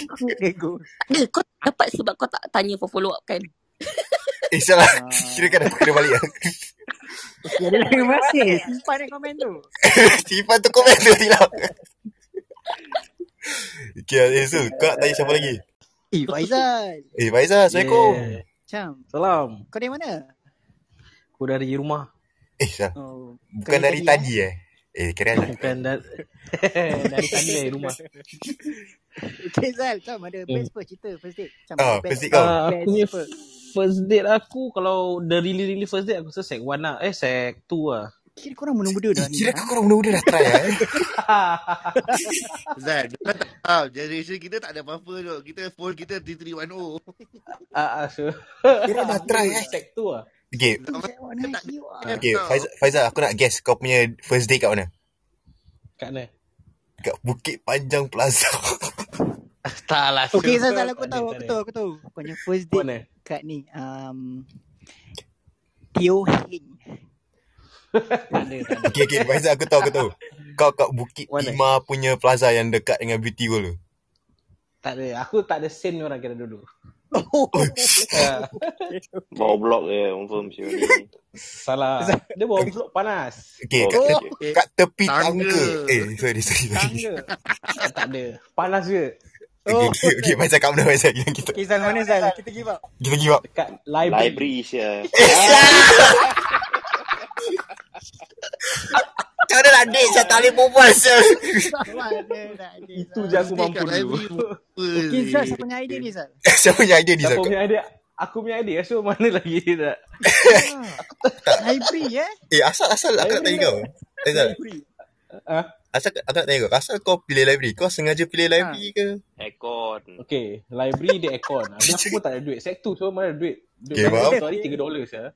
aku ego. Tak ada. Eh, Kau tak dapat sebab kau tak tanya for follow up kan? Eh, salah. (laughs) Kira kau Ah, dapat kena balik ah. okay, Adi lah, terima kasih. Simpan eh komen tu. Simpan tu komen tu lah. (laughs) Adila. Okay, eh, Zul. Kau nak tanya siapa lagi? Eh, Faizal. Eh, Faizal. Assalamualaikum. Yeah. Macam, Salam. kau dari mana? Aku dari rumah. Eh, salah. Oh, kau Bukan dari dari tadi tadi eh? eh. Eh, kira Bukan da- (laughs) dari tadi dari rumah. (laughs) Okay, Zal. Macam ada Hmm. best apa cerita first date? Macam Ah, best, first date kau. best, Uh, aku best punya apa? first date aku kalau the really really first date aku rasa sec 1 lah. Eh sec (laughs) 2 lah. Kira korang muda-muda Eh, dah ni. kira Ha? kau korang muda-muda dah try ah, eh. Ah, Zan, kau tak faham. Generation kita tak ada apa-apa duk. Kita phone kita 3310. Ah, ah, sure. Kira dah aku try dulu eh. sec 2 lah. Okay, Tu Zaman saya kita warna tak ada you app are. okay. tau. Faizal, Faizal aku nak guess kau punya first date kat mana? Kat mana? Kat Bukit Panjang Plaza. (laughs) tak lah Okay, sure. Zal, Zal. Aku Tak ada, tahu, tak aku ada. tahu, aku tahu. Kau punya first Kat date Mana? kat ni. Um, Teo Heng. tak ada, tak ada. Okay, okay. Faizal aku tahu, aku tahu. Kau kat Bukit Mana? Timah punya plaza yang dekat dengan Beauty World tu. Tak ada. Aku tak ada sen orang kira dulu. Oh, Oh, Ah, okay, okay. Bawa blok je confirm siapa ni. salah. Zal, Dia bawa vlog panas. okay. Kat, Okay, Oh, te- okay. Eh, kat tepi tangga. tangga. Eh, sorry, sorry, sorry. Tangga. Ah, tak ada. Panas je. (laughs) Okay, oh, okay, okay. Zal. Faizal kat mana Faizal? Yang kita, Okay, Zal, mana Zal? Kita give up. kita give up. Dekat library. Library uh, sia. Eh, (laughs) Ah, sial! Macam mana nak date sial? Tak boleh berbual (laughs) sial. Mana nak ada, itu je Zal? aku First date mampu kat dulu. library apa Okay, Zal, ni? siapa punya idea ni, Zal? Siapa punya idea ni Siapa Zal? Kau- punya idea? Aku punya idea. So (laughs) mana lagi dia nak? Yalah. Aku tak Tak. Library, eh? Eh, asal-asal aku nak library tanya lah. kau. Faizal, Library. Ah, asal aku nak tanya kau. Asal kau pilih library? Kau sengaja pilih Ha. library ke? Aircon. okay. Library dia aircon. Habis aku pun tak ada duit. Sek tu so mana ada duit. Duit Okay, bank faham? aku satu hari Okay. 3 dolar saja. Okay.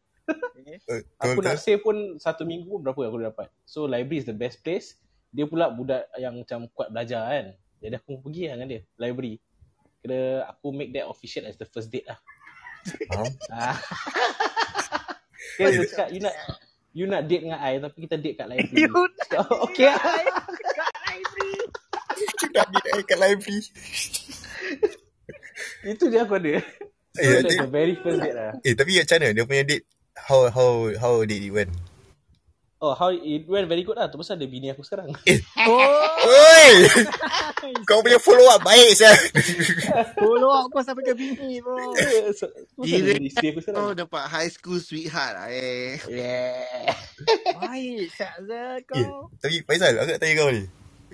Eh, Betul, Aku betul. nak save pun satu minggu pun berapa aku dapat. So library is the best place. Dia pula budak yang macam kuat belajar kan. Jadi aku pergi lah dengan dia. Library. Kira aku make that official as the first date lah. Faham? Ah. (laughs) Kau Kira dia cakap cakap you nak you nak date dengan I tapi kita date kat You (laughs) library. nak So, date okay lah. I Dekat library Dia nak date I kat library. Itu je aku ada. Eh, So I that's think the very first date lah. Eh tapi macam mana dia punya date How how how did it went Oh, how it went very good lah. Tu pasal ada bini aku sekarang. (laughs) Eh Oh Oi Nice Kau punya follow up baik saya Follow up kau sampai ke bini bro so, tu pasal ada Kira bini isteri aku sekarang. kau dapat high school sweetheart lah eh. Yeah. Baik Syazal Eh kau Tapi Faizal aku nak tanya kau ni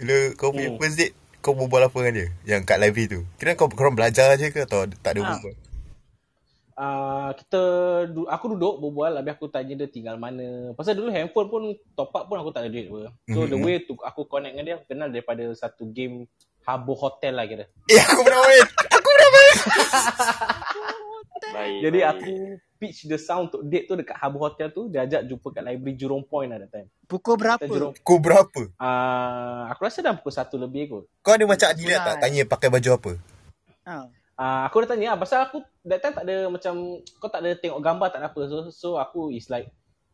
Bila kau punya Hmm. first date Kau berbual apa dengan dia Yang kat library tu Kira kau korang belajar je ke Atau tak ada Ah, berbual Uh, kita du- aku duduk berbual habis aku tanya dia tinggal mana pasal dulu handphone pun top up pun aku tak ada duit apa so the mm-hmm. way to aku connect dengan dia aku kenal daripada satu game Habbo Hotel lah kira Eh aku pernah main Aku pernah main Baik, jadi baik. aku pitch the sound untuk date tu dekat Habbo Hotel tu dia ajak jumpa kat library Jurong Point lah that time Pukul kita berapa? Jurong Kau berapa uh, aku rasa dah pukul 1 lebih kot Kau ada macam Dekat Adila tak sekolah eh Tanya pakai baju apa ah. Ah, aku dah tanya lah, pasal aku that time tak ada macam kau tak ada tengok gambar tak ada apa so, so aku is like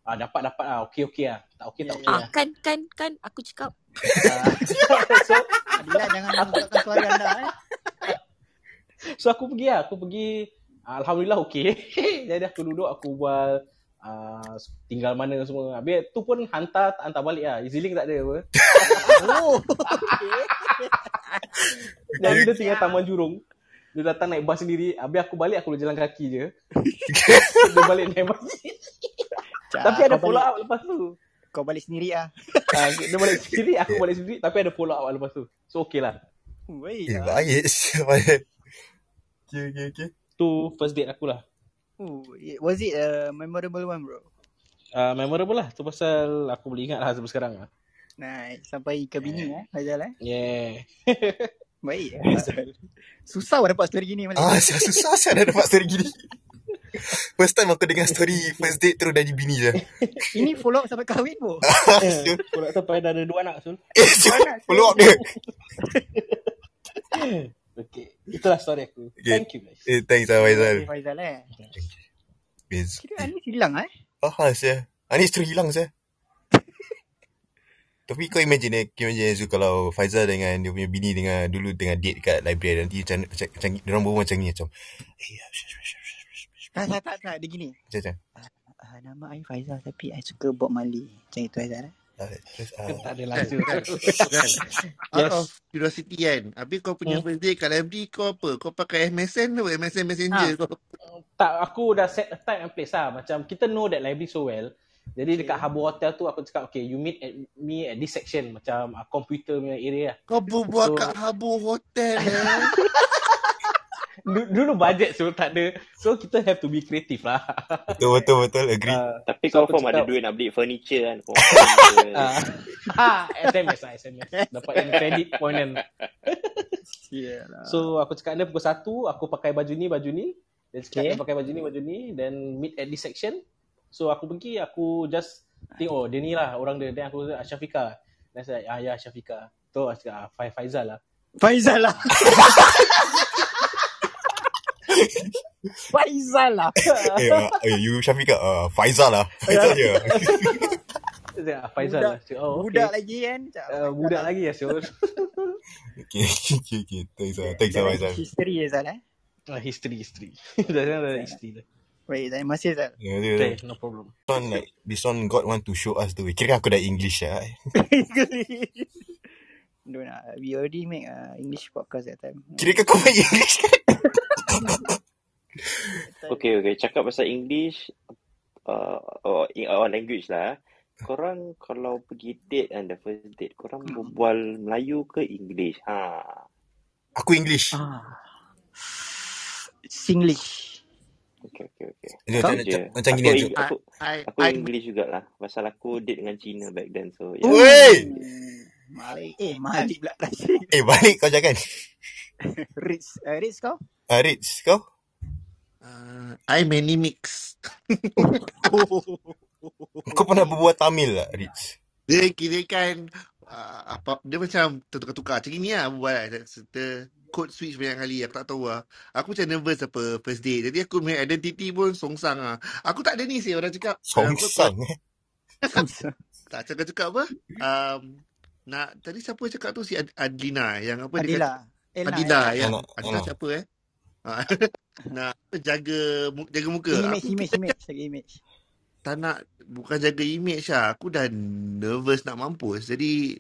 ah, dapat dapat lah okey okey lah tak okey Ya tak ya okey Ah, ya lah kan, kan, kan. Aku cakap. (laughs) Ah, (laughs) so Adila jangan membesarkan suara anda eh so aku pergi lah aku pergi ah, alhamdulillah okey (laughs) jadi aku duduk aku bual ah, tinggal mana semua habis tu pun hantar tak hantar balik lah EasyLink tak ada apa Oh Okay jadi Kira dia tinggal Dahsyat Taman Jurung dia datang naik bas sendiri habis aku balik aku jalan kaki je so dia balik naik bas Cak tapi ada kau follow balik up lepas tu Kau balik sendiri ah Ah, dia balik sendiri, Eh, aku balik sendiri tapi ada follow up lepas tu. So okay lah. Baik eh lah baik (laughs) Baik Okay okay okay Tu first date aku lah. Ooh, Oh, ya, Was it a memorable one bro? Ah, Uh, memorable lah. Tu pasal aku boleh ingat lah sampai sekarang lah. Nice. Sampai ke bini eh, Fazal eh. Yeah. Baik eh, Fazal. Susah awak dapat story gini balik. Ah, saya susah saya dah dapat story gini. First time aku dengar story first date terus jadi bini je. Ini follow up sampai kahwin pun. Sul. Kalau sampai dah ada dua anak Sul. Eh, (laughs) Sul. Follow up dia. Okay. Itulah story aku. Okay. Thank you guys. Eh, thanks lah Okay, Faizal. Faizal eh. Biz. Kira Anis hilang eh. Ah, saya. Anis terus hilang saya. (laughs) Tapi kau imagine eh, kau imagine eh, Zul kalau Faizal dengan dia punya bini dengan dulu dengan date kat library nanti macam macam, macam dia orang berbual macam ni macam. Eh, ya, shush, shush, shush, shush, shush. Tak, tak, tak, tak. Dia gini. macam macam. Uh, nama I Faizal tapi I suka Bob Marley. Macam itu Faizal eh. Ah, Terus Kan (laughs) ah, tak ada Kan, langsung. kan, kan. Out Yes. of curiosity kan. Habis kau punya Hmm. first day kat library kau apa? Kau pakai MSN atau MSN Messenger? Ah. Kau tak aku dah set a time and place lah. Macam kita know that library so well. Jadi dekat Okay. Harbour Hotel tu aku cakap okay you meet at me at this section macam uh, computer punya area lah. kau berbual So kat Habbo Hotel eh. (laughs) du- dulu budget so tak ada. So kita have to be creative lah. betul betul betul agree. Uh, Tapi so aku confirm ada cakap duit nak beli furniture (laughs) kan. Confirm ada. Ah. uh, (laughs) SMS lah SMS. Dapat yang credit point kan. Sialah. So aku cakap dia pukul 1, aku pakai baju ni, baju ni. Dia cakap Okay. dia pakai baju ni, baju ni. Then meet at this section. So aku pergi, aku just think, oh dia ni lah orang dia. Then aku kata, ah, Syafiqah. Then saya, ah ya Syafiqah. Tu aku cakap, ah, Fai- Faizal lah. Faizal lah. Faizal lah. Eh, ah, eh you Syafiqah, ah, Faizal lah. Faizal je. Dia cakap, ah, Faizal lah. Budak. Cakap, oh okay. Budak lagi kan. Cak, Uh, Faizal budak lah. lagi ya, (laughs) sure. Okay, okay, okay. Thanks lah, Dah, thanks dah lah ada Faizal. history Faizal eh. Ah, history, history. (laughs) dah ada history dah. Baik, Zal. masih Zal. Yeah, yeah, yeah. Okay, no problem. Ya, This one like, this one God want to show us the way. Kira aku dah English lah. eh. (laughs) no, nah, we already make uh, English podcast that time. No, Kira kau (laughs) main English kan? that time. Okay, okay. Cakap pasal English, uh, or, or language lah. eh. Korang kalau pergi date and the first date, korang Hmm. berbual Melayu ke English? Ha. Aku English. Ah, Singlish. Okay, okay, okay. Dia Macam, Kau? Aku macam, je. macam gini Aku aja. Eng- I, aku Ah, I, aku I, English jugalah. Pasal aku date dengan Cina back then. So, ya. yeah. Woi! Ooh, Malik. Eh, Malik pula (laughs) kasih. Eh, balik kau jangan. Riz. Uh, Riz (laughs) kau? Ah, Rich, kau? uh, I many mix. Kau pernah berbuat Tamil lah, Rich? Dia kira kan uh, apa dia macam tertukar-tukar. Macam ni lah buat lah. Serta code switch banyak kali. Aku tak tahu lah. Aku macam nervous apa first day. Jadi aku punya identity pun songsang lah. Aku tak ada ni sih orang cakap. Uh, kau kalau Songsang eh. Susah. tak cakap-cakap apa. Um, nak tadi siapa cakap tu si Ad- Adlina yang apa dia kata Adila. eh. Elna, Elna. Adina ya. Anak, Adina anak. siapa eh? Ah, (laughs) nak apa, jaga mu- jaga muka. Image, Aku image, kita image. Lagi image. tak nak bukan jaga image lah. Aku dah nervous nak mampus. Jadi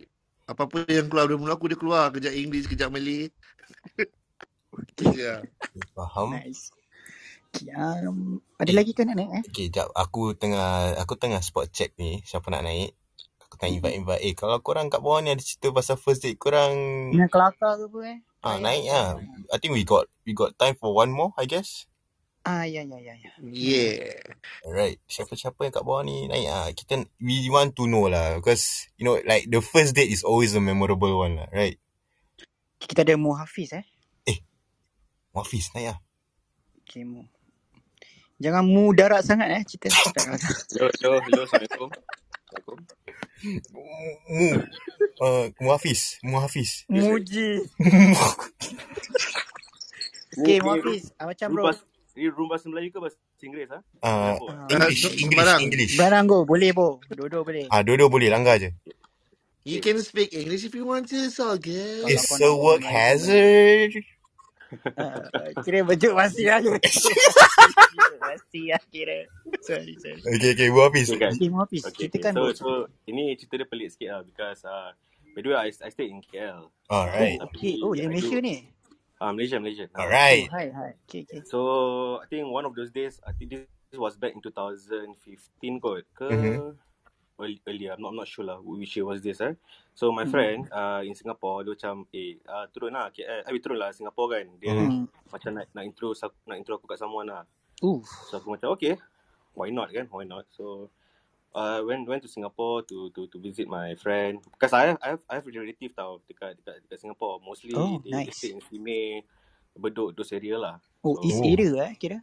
apa-apa yang keluar dari mulut aku dia keluar kejap English, kejap Malay. Itu (laughs) Okay. je. lah. Faham? Nice. Okay, um, ada Eh, lagi ke nak naik eh? okay, jap. Aku tengah, aku tengah spot check ni. Siapa nak naik? Aku tanya Mm-mm. invite-invite. Eh, kalau korang kat bawah ni ada cerita pasal first date, korang Dengan kelakar ke apa eh? Hmm. Ah, Try lah. naik Try ah. lah. I think we got we got time for one more, I guess. Ah, ya, ya, ya. ya. Hmm. Yeah. Alright. Siapa-siapa yang kat bawah ni naik ah. Kita we want to know lah because you know like the first date is always a memorable one lah, right? Kita ada Mu Hafiz eh. Eh, Hafiz naik ah. Okay, Mu. Jangan Mu darat sangat eh. Cerita. Tak (laughs) kata. Hello, hello, hello. Assalamualaikum. Assalamualaikum. Mu uh, Mu Hafiz, Mu Hafiz. Yes, sir. Muji. Ni, (laughs) Okay, Mu ni, ru- Hafiz. Ah, macam room bro. bahasa, ni room bahasa Melayu ke bahasa Inggeris? Ha? uh, Campur. Ah, Uh, English, no, English, sembarang. English. Barang go. Boleh bo. Dua-dua boleh. Ah, dua-dua boleh langgar je. You Okay. can speak English if you want to. It's all good. Kalau kau It's a nak berbual work Melayu pun boleh. hazard. Uh, kira baju masih lah. (laughs) Kira baju masih. Kira masih lah kira. Sorry, sorry. Okay, okay, Mu Hafiz. Okay, guys. Okay, kan Mu Hafiz. Okay, kan okay. Ceritakan bo. So, so Ceritakan. ini cerita dia pelik sikit lah because uh, by the way, I, I stay in KL. Uh, Alright. Oh, okay. Oh, tapi dari I Malaysia do ni. uh, Malaysia, Malaysia. Uh. Oh, Alright. hi, hi. Okay, okay. So, I think one of those days, I think this was back in 2015 kot ke Mhm. early- earlier. I'm not, I'm not sure lah which year was this eh. So, my Hmm. friend uh, in Singapore, dia macam, eh, uh, turun lah KL. Eh, turun lah Singapore kan. Dia Mhm. Hmm. macam nak, nak intro nak intro aku kat someone lah. Ooh. So, aku macam, okay, why not kan? Why not? So, I went went to Singapore to to to visit my friend because I have I have I have relative tau dekat dekat dekat Singapore mostly Oh, they they nice. stay in Simei, Bedok those area lah. Oh, So East Oh. area eh kira.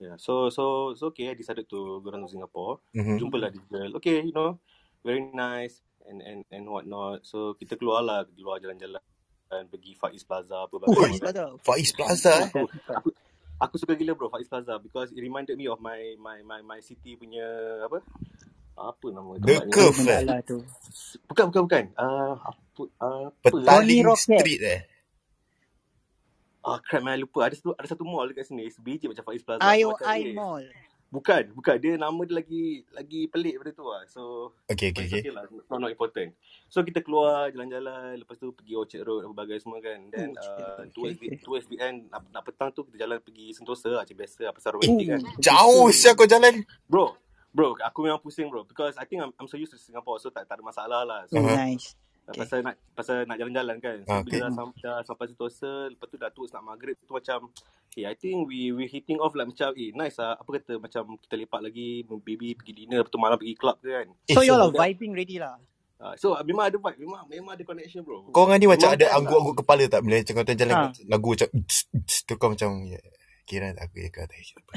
Yeah, so so so okay. I decided to go down to Singapore. Mm-hmm. Jumpa lah this girl. Okay, you know, very nice and and and whatnot. So kita keluar lah, keluar jalan-jalan, pergi Faiz Plaza, apa bla Oh, bla Oi, bla Faiz bla. Faiz Plaza eh. Plaza. Aku Aku tak aku tak. aku aku suka gila bro Faiz Plaza because it reminded me of my my my my city punya apa apa nama The tempat ni? Oh, Curve benda eh. ala tu. Bukan bukan bukan. Uh, apa uh, apa eh? Bonnie Petaling Rocket. Street eh. Ah crap, man, I lupa. Ada satu ada satu mall dekat sini, sebiji macam Faiz Plaza. Aku macam IOI eh Mall. Bukan, bukan. Dia nama dia lagi lagi pelik daripada tu lah. So, Okay, but okay, it's okay. okay lah. It's not, not important. So, kita keluar jalan-jalan. Lepas tu pergi Orchard Road apa bagai semua kan. Oh, Then, cik. uh, Okay, towards the okay. towards the end, nak, nak petang tu kita jalan pergi Sentosa lah. Macam biasa lah, pasal Eh, romantik kan. Oh, Sentosa. jauh siapa kau jalan. Bro, bro, aku memang pusing bro. Because I think I'm, I'm so used to Singapore. So, tak, tak ada masalah lah. Oh, Uh-huh. Aha. So, nice. uh, Okay. pasal nak pasal nak jalan-jalan kan. So, Ah, bila okay. dah, Mm-mm. sam, dah sampai Sentosa, lepas tu dah towards nak maghrib tu macam Okay, I think we we hitting off like macam eh nice lah. Apa kata macam kita lepak lagi, baby pergi dinner, lepas tu malam pergi club ke kan. Eh, So you so all are So that vibing ready lah. uh, so uh, memang ada vibe, memang memang ada connection bro. kau orang ni macam ada Memang macam tak. angguk-angguk kepala tak bila macam kau tengah jalan Ha, lagu macam uts, uts, tu kau macam ya, kira aku ya kau tak kira apa.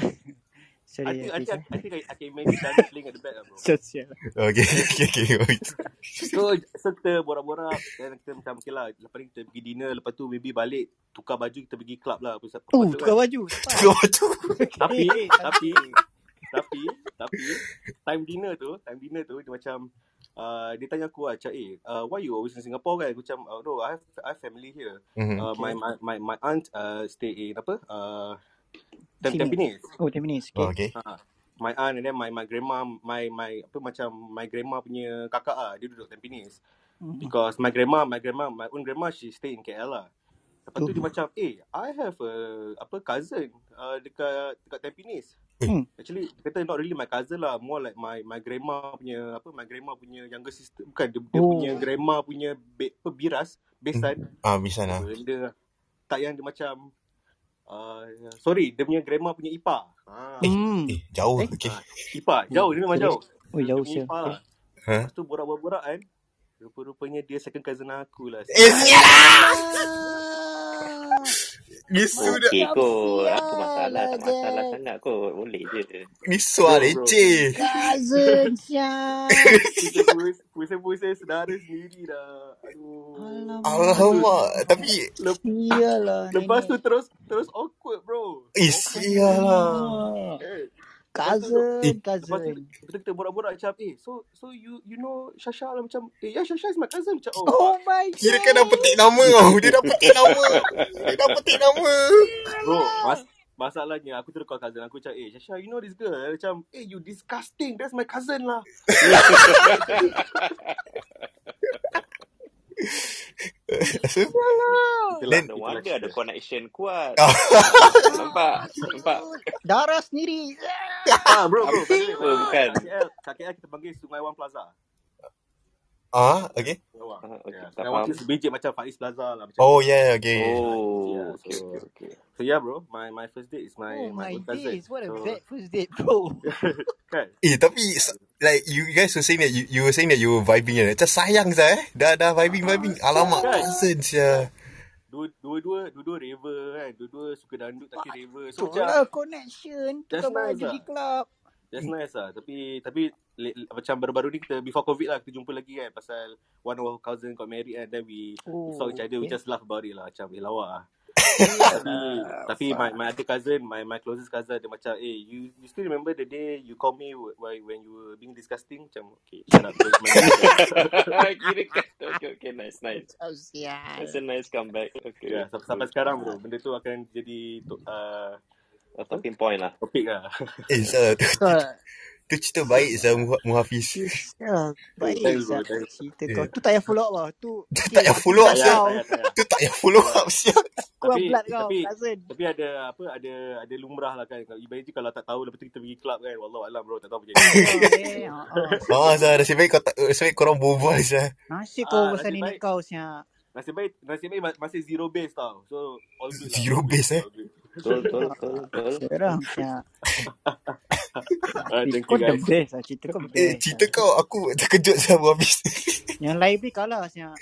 I sorry think I Hafiz think eh. I think I, I can imagine Dani playing at the back lah (laughs) bro. Sosial. Okay, (laughs) okay, okay. So so kita borak-borak dan kita macam okay lah lepas ni kita pergi dinner lepas tu maybe balik tukar baju kita pergi club lah apa apa Uh, Oh, patut tukar kan. baju. Dapat. Kau tu. Tapi Okay, tapi cantik. tapi tapi time dinner tu time dinner tu dia macam uh, dia tanya aku lah, macam eh uh, why you always in Singapore kan aku macam oh, no I have I have family here Mhm. uh, Okay. my my my my aunt uh, stay in apa uh, Tam- Sini. Tampines Oh, 10 minutes. Oh, okay. Okay. uh, my aunt and then my my grandma my my apa macam my grandma punya kakak ah dia duduk Tampines Hmm. Mm-mm. because my grandma my grandma my own grandma she stay in KL lah Lepas Oh. tu dia macam, eh, I have a apa cousin uh, dekat dekat Tampines. Eh, Hmm. Actually, dia kata not really my cousin lah, more like my my grandma punya apa, my grandma punya younger sister. Bukan dia, dia punya Oh. grandma punya be, apa, biras, mm. besan. Ah, bisa Apa lah. benda lah. tak yang dia macam uh, sorry, dia punya grandma punya ipa. Ha. Eh, Hmm. eh, jauh. Eh? Okay. Ha, ipa, Oh, jauh dia memang terus. jauh. Oh, Dia, dia jauh punya sial. ipa lah. Okay. Huh? Lepas tu borak-borak kan, rupa-rupanya dia second cousin aku lah (laughs) Eh, sial. Alah. Gisu dah. Okey Macam kot. Apa masalah? sial Tak masalah je. sangat kot. Boleh Gisu je. ah, Bro, bro. leceh. Cousin sial. Kita pusing-pusing saudara sendiri dah. Aduh. Lepas tu, Alamak. Alamak. Tapi, lep, Sial lah lepas tu nenek. terus terus awkward bro. eh, Awkward sial lah. Alamak. kan. Lepas tu, no, Eh, Cousin, lepas tu, cousin. lepas tu kita borak-borak macam, eh, so so you you know Shasha lah macam, eh, yeah, Shasha is my cousin. Macam, oh, fuck. Oh my kira kan dah petik nama god. tau. Dia dah petik nama. Dia dah petik nama. Bro, Sial. mas masalahnya aku terus call cousin aku macam, eh, Shasha, you know this girl? Macam, eh, you disgusting. That's my cousin lah. So, Sial. Itulah, then, No itulah wonder ada cerita. connection kuat. Sial. Nampak? Nampak? Sial. Darah sendiri. Ah, bro, bro, by the Apa way, by the way, kat, Oh, bukan? kat KL, kat KL kita panggil Sungai Wang Plaza. ah, Yeah, okay. Sungai Wang. Ah, Yeah, Okey, tak Sungai Wang faham. tu sebiji macam Faiz Plaza lah, macam Oh, tu. yeah, okay. Ah, yeah, Oh, okey, okey, so okey. so yeah, bro, my my first date is my Oh my my own cousin. days. What a So bad first date, bro. kan? Eh tapi s- like you guys were saying that you, you were saying that you were vibing kan. Macam sayang sah eh. Dah dah vibing Ah, vibing. Alamak ya. kan? cousin Kan? sia. Dua dua dua dua dua raver kan. Dua dua suka dandut tapi raver. So Betul macam lah connection. that's Tukar nice baju di lah. club. That's nice lah. Tapi tapi le- le- macam baru-baru ni kita before COVID lah kita jumpa lagi kan pasal one of our cousin got married and then we we saw each Oh, other we okay. just laugh about it lah macam eh lawak (laughs) lah. Tapi Iyalah. tapi my Fuck. my other cousin, my my closest cousin dia macam eh you you still remember the day you call me wh- why when you were being disgusting macam okay shut up don't remind me of that. (laughs) (laughs) Kira kata. Okey, okey. Nice, nice. Macam oh, sial. That's a nice comeback. Okey, Ya, yeah, cool. sampai sekarang Ah, bro, benda tu akan jadi to, uh, A apa? talking point lah. Topik (laughs) lah. Eh sah, (laughs) tu, tu, Betul. tu cerita baik sah Mu- Muhafiz. Eh, sial. Baik Thanks bro, sah thanks. cerita kau. Eh, Tu tak payah follow up lah. Tu, tu tak okay, payah aku follow Tak up blood payah, sia. kau. tak payah, tak payah. Tu tak payah Tak follow payah. up sia. Aku lah Tapi blood kau, tapi cousin. tapi ada apa ada ada lumrah lah kan. Kalau imagine kalau tak tahu lepas tu kita pergi club kan. Wallahu alam bro, tak tahu apa jadi. (laughs) Ya, weh. Ah, ah. Ah sah nasib baik kau tak nasib baik korang berbual sah. Nasib kau Ah, pasal nasib nenek baik kau siap. nasib baik nasib baik ma- masih zero base tau. So all good lah, all Zero good, base eh. all good. Betul, betul, betul, Ah, betul. seram siap. Ah, Eh, thank kau you the guys. best lah. Cerita (laughs) kau Eh, best cerita lah. kau aku terkejut sama habis. Yang lain pun kalah (laughs) siap.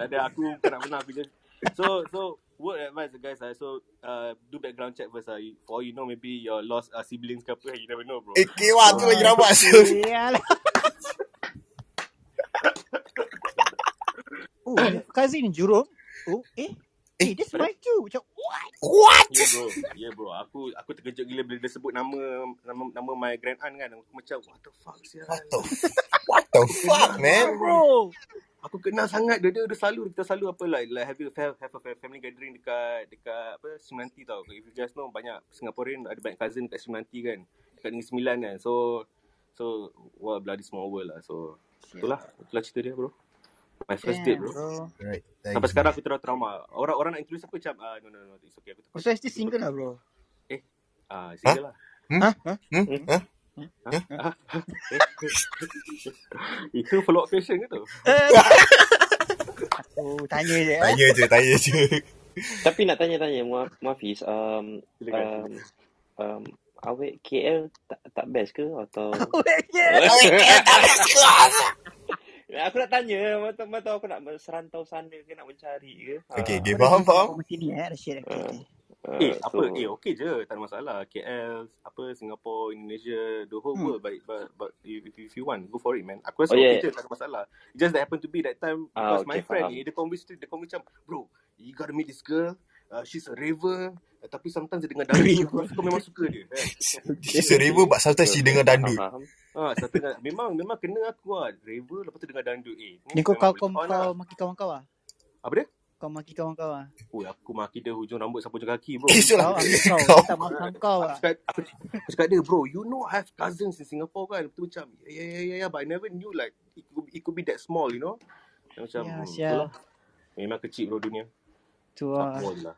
Tak ada aku bukan nak menang aku je. So so word advice guys ah. So uh, do background check first ah. You- For all you know maybe your lost uh, siblings ke apa you never know bro. eh, kewa tu So lagi Ah, rabak sul. (laughs) sial. Oh, dia cousin Jurong. Oh, eh. Eh, Eh, dia pada semaju. Macam, oh. what? what? Ya yeah, bro, ya yeah, bro. Aku aku terkejut gila bila dia sebut nama nama nama my grand aunt kan. Aku macam what the fuck sial. What the f- What the Aku fuck, kenal man? Wow, bro. bro. Aku kenal sangat dia dia, dia selalu kita selalu apa like, like have you have, have a family gathering dekat dekat apa 9 tau. If you guys know banyak Singaporean ada banyak cousin dekat 9 kan. Dekat Negeri Sembilan kan. So so wah bloody small world lah. So itulah Sial. itulah cerita dia bro. My first date Damn, bro. bro. Right, Sampai thanks, sekarang man. aku terus trauma. Orang-orang nak introduce aku macam ah no no no it's okay aku Oh, takut so, still tiba-tiba single lah, bro. eh ah Huh? single lah. Hmm? Huh? Huh? Hmm? Hmm? Hmm? Huh? Hmm? Ha? Huh? Huh? Ha? Ha? Eh? Itu follow up question ke tu? Eh, Aku tanya je, (laughs) eh. Tanya je, tanya je. (laughs) Tapi nak tanya-tanya Muaf- Muafiz, um, Silakan, um, silakan. um, awet KL tak, tak best ke (laughs) atau yeah. Awak kira tak best ke? (laughs) aku nak tanya mata mata aku nak serantau sana ke nak mencari ke Okay, okay, ha Oh, dah Eh, faham, shit faham. inform sini, eh. Dah shit, okay, uh, okay. uh, Eh, apa? Eh, so okey je. Tak ada masalah. masalah KL apa Singapore Indonesia the whole Hmm. world but but, but if, if if you want go for it man aku Oh, rasa okay yeah. je tak ada masalah It just that happen to be that time Ah, because my okay, friend faham. ni dia convince dia convince macam bro you gotta meet this girl uh, she's a raver uh, tapi sometimes dia dengar dangdut aku River. rasa kau memang suka dia kan aku macam She's a okay okay river but sometimes okay she okay dengar faham dandut. faham ah satu dengan, memang memang kena aku lah raver lepas tu dengar dangdut eh Ni ni kau memang kau kau, boleh kawan kau lah maki kawan kau ah. apa dia Kau maki kawan kau ah. Oi, aku maki dia hujung rambut sampai hujung kaki bro Eh, sul Kau aku ambil kau. (laughs) kau. Dia tak makan kau Aku ah. cakap, aku, aku cakap dia, bro, you know I have cousins in Singapore kan? Lepas tu macam, yeah, yeah, yeah, yeah, yeah, ya, but I never knew like, it could, it could be that small, you know? Dan macam, Ya, hmm, betul sial. lah. Memang kecil bro dunia. Tu ah. Sabar je lah.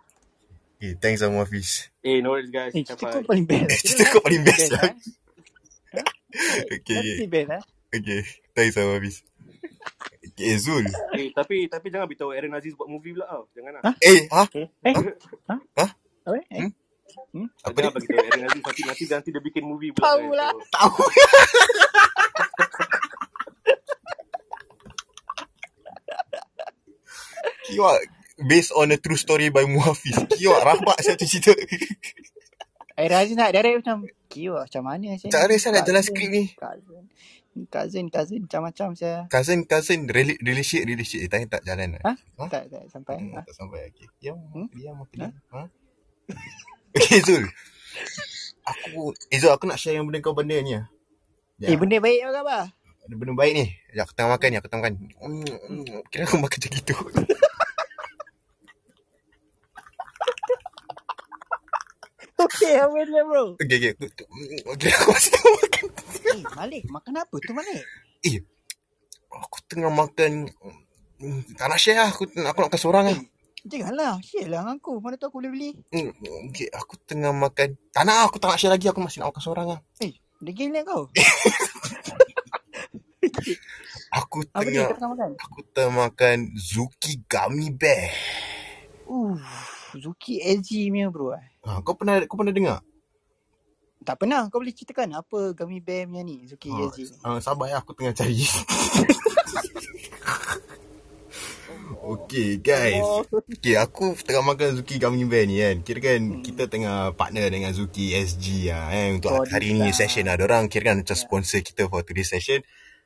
Okay, thanks sama Hafiz. Eh, no worries guys. Eh, Have cerita a... kau paling best Eh, lah. Kira (laughs) cerita last kau paling still best best lah. lah. Huh? Like, (laughs) Okay, last okay. still best lah. Okay, thanks sama Hafiz. Okay, Zul. Eh, tapi tapi jangan beritahu Aaron Aziz buat movie pula tau. Jangan lah. Hah? Eh, ha? Hmm? Eh? Ha? Hah? Ha? Apa? Eh? Hmm? Hmm? Apa dia? Jangan bagi tahu Aaron Aziz nanti nanti nanti dia bikin movie pula Tahu kan. lah. So, Tahu. Kiwak based on a true story by Muhafiz. Kiwak rabak satu (laughs) cerita. Air Aziz nak direct macam Kiwa macam mana saya Tak ada ni saya nak jalan skrip Cousin ni. Cousin Ni Cousin Cousin Macam-macam saya Cousin, cousin, rela- relationship, relationship. Eh, tanya tak jalan lah. Ha? Ha? Tak tak sampai Hmm, ha? tak sampai lagi. Diam, Hmm? aku diam, aku Ha? diam. Ha? (laughs) Okay, Zul. Aku, eh Zul, aku nak share yang benda kau benda ni lah. Eh Ya, benda baik apa khabar? (laughs) ada benda baik ni. Ya, aku tengah makan Hmm. ni, aku tengah makan. Mm, Hmm. mm, kira aku makan macam gitu. (laughs) Okey, apa dia bro? Okay, okay. Aku, tu- mm, kira aku masih tengah makan. Eh, Malik, makan apa tu Malik? Eh, aku tengah makan. Mm, tak nak share lah. Aku, aku nak makan seorang lah. Eh, janganlah. Share lah dengan aku. Mana tu aku boleh beli. Mm, Okay, aku tengah makan. Tak nak, aku tak nak share lagi. Aku masih nak makan seorang lah. Eh, degil lah kau. Aku apa dia tengah, kau tengah makan? aku tengah makan Zuki Gummy Bear. Uh, Zuki LG punya bro. eh. Ha, kau pernah kau pernah dengar? Tak pernah. Kau boleh ceritakan apa gummy bear punya ni, Zuki Ha, LG ni. uh, sabar ya aku tengah cari. (laughs) Allah. okay guys. Allah. Okay, aku tengah makan Zuki Gummy Bear ni kan. Kira kan Hmm. kita tengah partner dengan Zuki SG lah eh, untuk Body hari ni session lah. lah. Diorang kira kan macam Ya. sponsor kita for today session.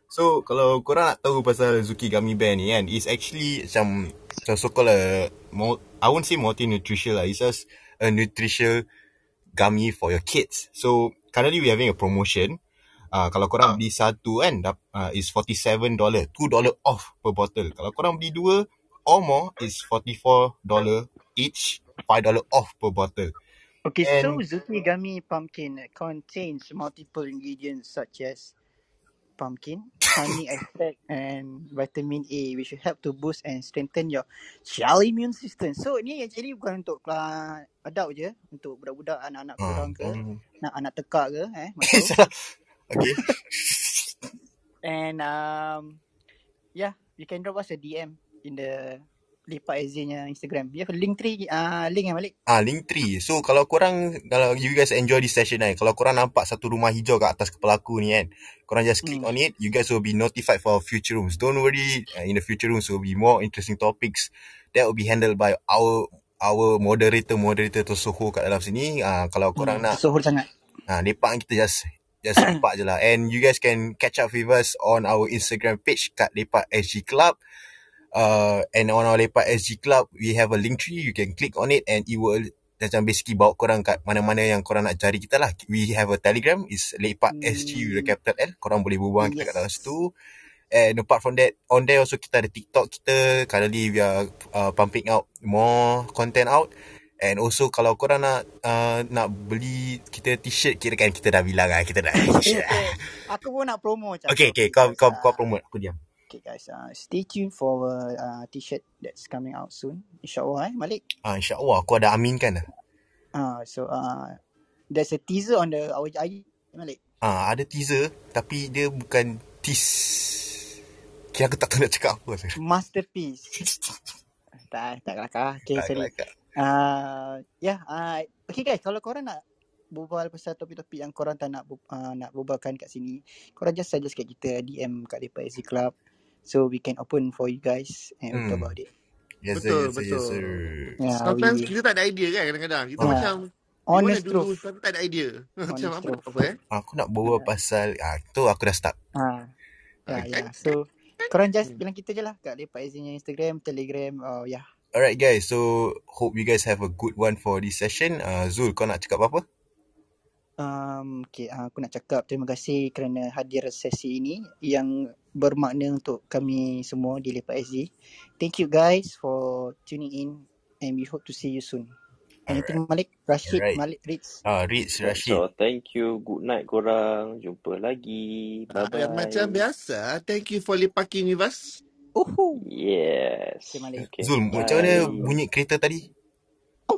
So, kalau korang nak tahu pasal Zuki Gummy Bear ni kan, it's actually macam, macam so-called a, mul- I won't say multi-nutritional lah. It's just a nutritional gummy for your kids. So currently we having a promotion. Uh, kalau Ah. korang beli satu kan dap- uh, is $47 $2 off per bottle Kalau korang beli dua or more is $44 each $5 off per bottle Okay, so And Zuki gummy pumpkin contains multiple ingredients such as pumpkin, honey extract, and vitamin A, which will help to boost and strengthen your child immune system. So ni actually bukan untuk kelas adult je, untuk budak-budak anak-anak uh, kurang ke, anak-anak tekak ke, eh masuk. Salah Okay And um, yeah, you can drop us a DM in the Lipat Azin yang Instagram. You have a link tree, ah link yang balik. Ah, Linktree. So, kalau korang, kalau you guys enjoy this session kan, kalau korang nampak satu rumah hijau kat atas kepala aku ni kan, korang just click Hmm. on it, you guys will be notified for future rooms. Don't worry, uh, in the future rooms will be more interesting topics that will be handled by our our moderator, moderator tu Soho kat dalam sini. Ah, kalau korang nak Hmm. Tersohor sangat. Ah, lepak kita just just (coughs) lepak je lah. And you guys can catch up with us on our Instagram page kat Lepak SG Club. Uh, and on our Lepak SG Club, we have a link tree. You can click on it and it will macam basically bawa korang kat mana-mana yang korang nak cari kita lah. We have a Telegram. It's Lepak SG with a Hmm. capital L. Korang boleh berbual kita kat Yes. dalam situ. And apart from that, on there also kita ada TikTok kita. Currently we are uh, pumping out more content out. And also kalau korang nak uh, nak beli kita t-shirt kira kan kita dah bilang lah kita dah ada Eh, t-shirt lah. eh. Aku pun nak promo macam Okay, kau. okay. Okay, Kau, guys. kau, kau ah promote. Aku diam. okay, guys. ah stay tuned for our ah, t-shirt that's coming out soon. InsyaAllah, eh, Malik. Ah, InsyaAllah aku ada aminkan lah. ah so, ah there's a teaser on the our IG, Malik. Ah, ada teaser tapi dia bukan tease. Kira aku tak tahu nak cakap apa. (laughs) Masterpiece. Tak, tak kelakar. Okay, tak, sorry. kelakar. Uh, yeah, uh, okay guys, kalau korang nak berbual pasal topik-topik yang korang tak nak uh, nak berbualkan kat sini, korang just suggest kat kita DM kat Lepak SG Club so we can open for you guys and we talk Hmm. about it. Yes sir, Betul, yes sir, yes sir. betul. Yeah, Sometimes we kita tak ada idea kan kadang-kadang. Kita Ah, macam, yeah, we want to honest do, truth, tapi tak ada idea. (laughs) macam honest apa nak truth. apa eh? aku nak berbual Yeah. pasal ah tu aku dah start. Ah, yeah, Okay. yeah. So korang just Hmm. bilang kita je lah kat Lepak SG nya Instagram, Telegram, oh yeah. Alright guys, so hope you guys have a good one for this session. Uh, Zul, kau nak cakap apa-apa? Um, okay, ah, aku nak cakap terima kasih kerana hadir sesi ini yang bermakna untuk kami semua di Lepak SG. Thank you guys for tuning in and we hope to see you soon. Alright, Anything Malik, Rashid, alright. Malik, Ritz? Ah, Rich, That's Rashid. all. Thank you. Good night korang. Jumpa lagi. Ah, ya, macam Bye-bye. biasa, thank you for parking with us. Uhu. Okay Yes. Malik. Okay. Zul, macam mana Bye. bunyi kereta tadi? Au.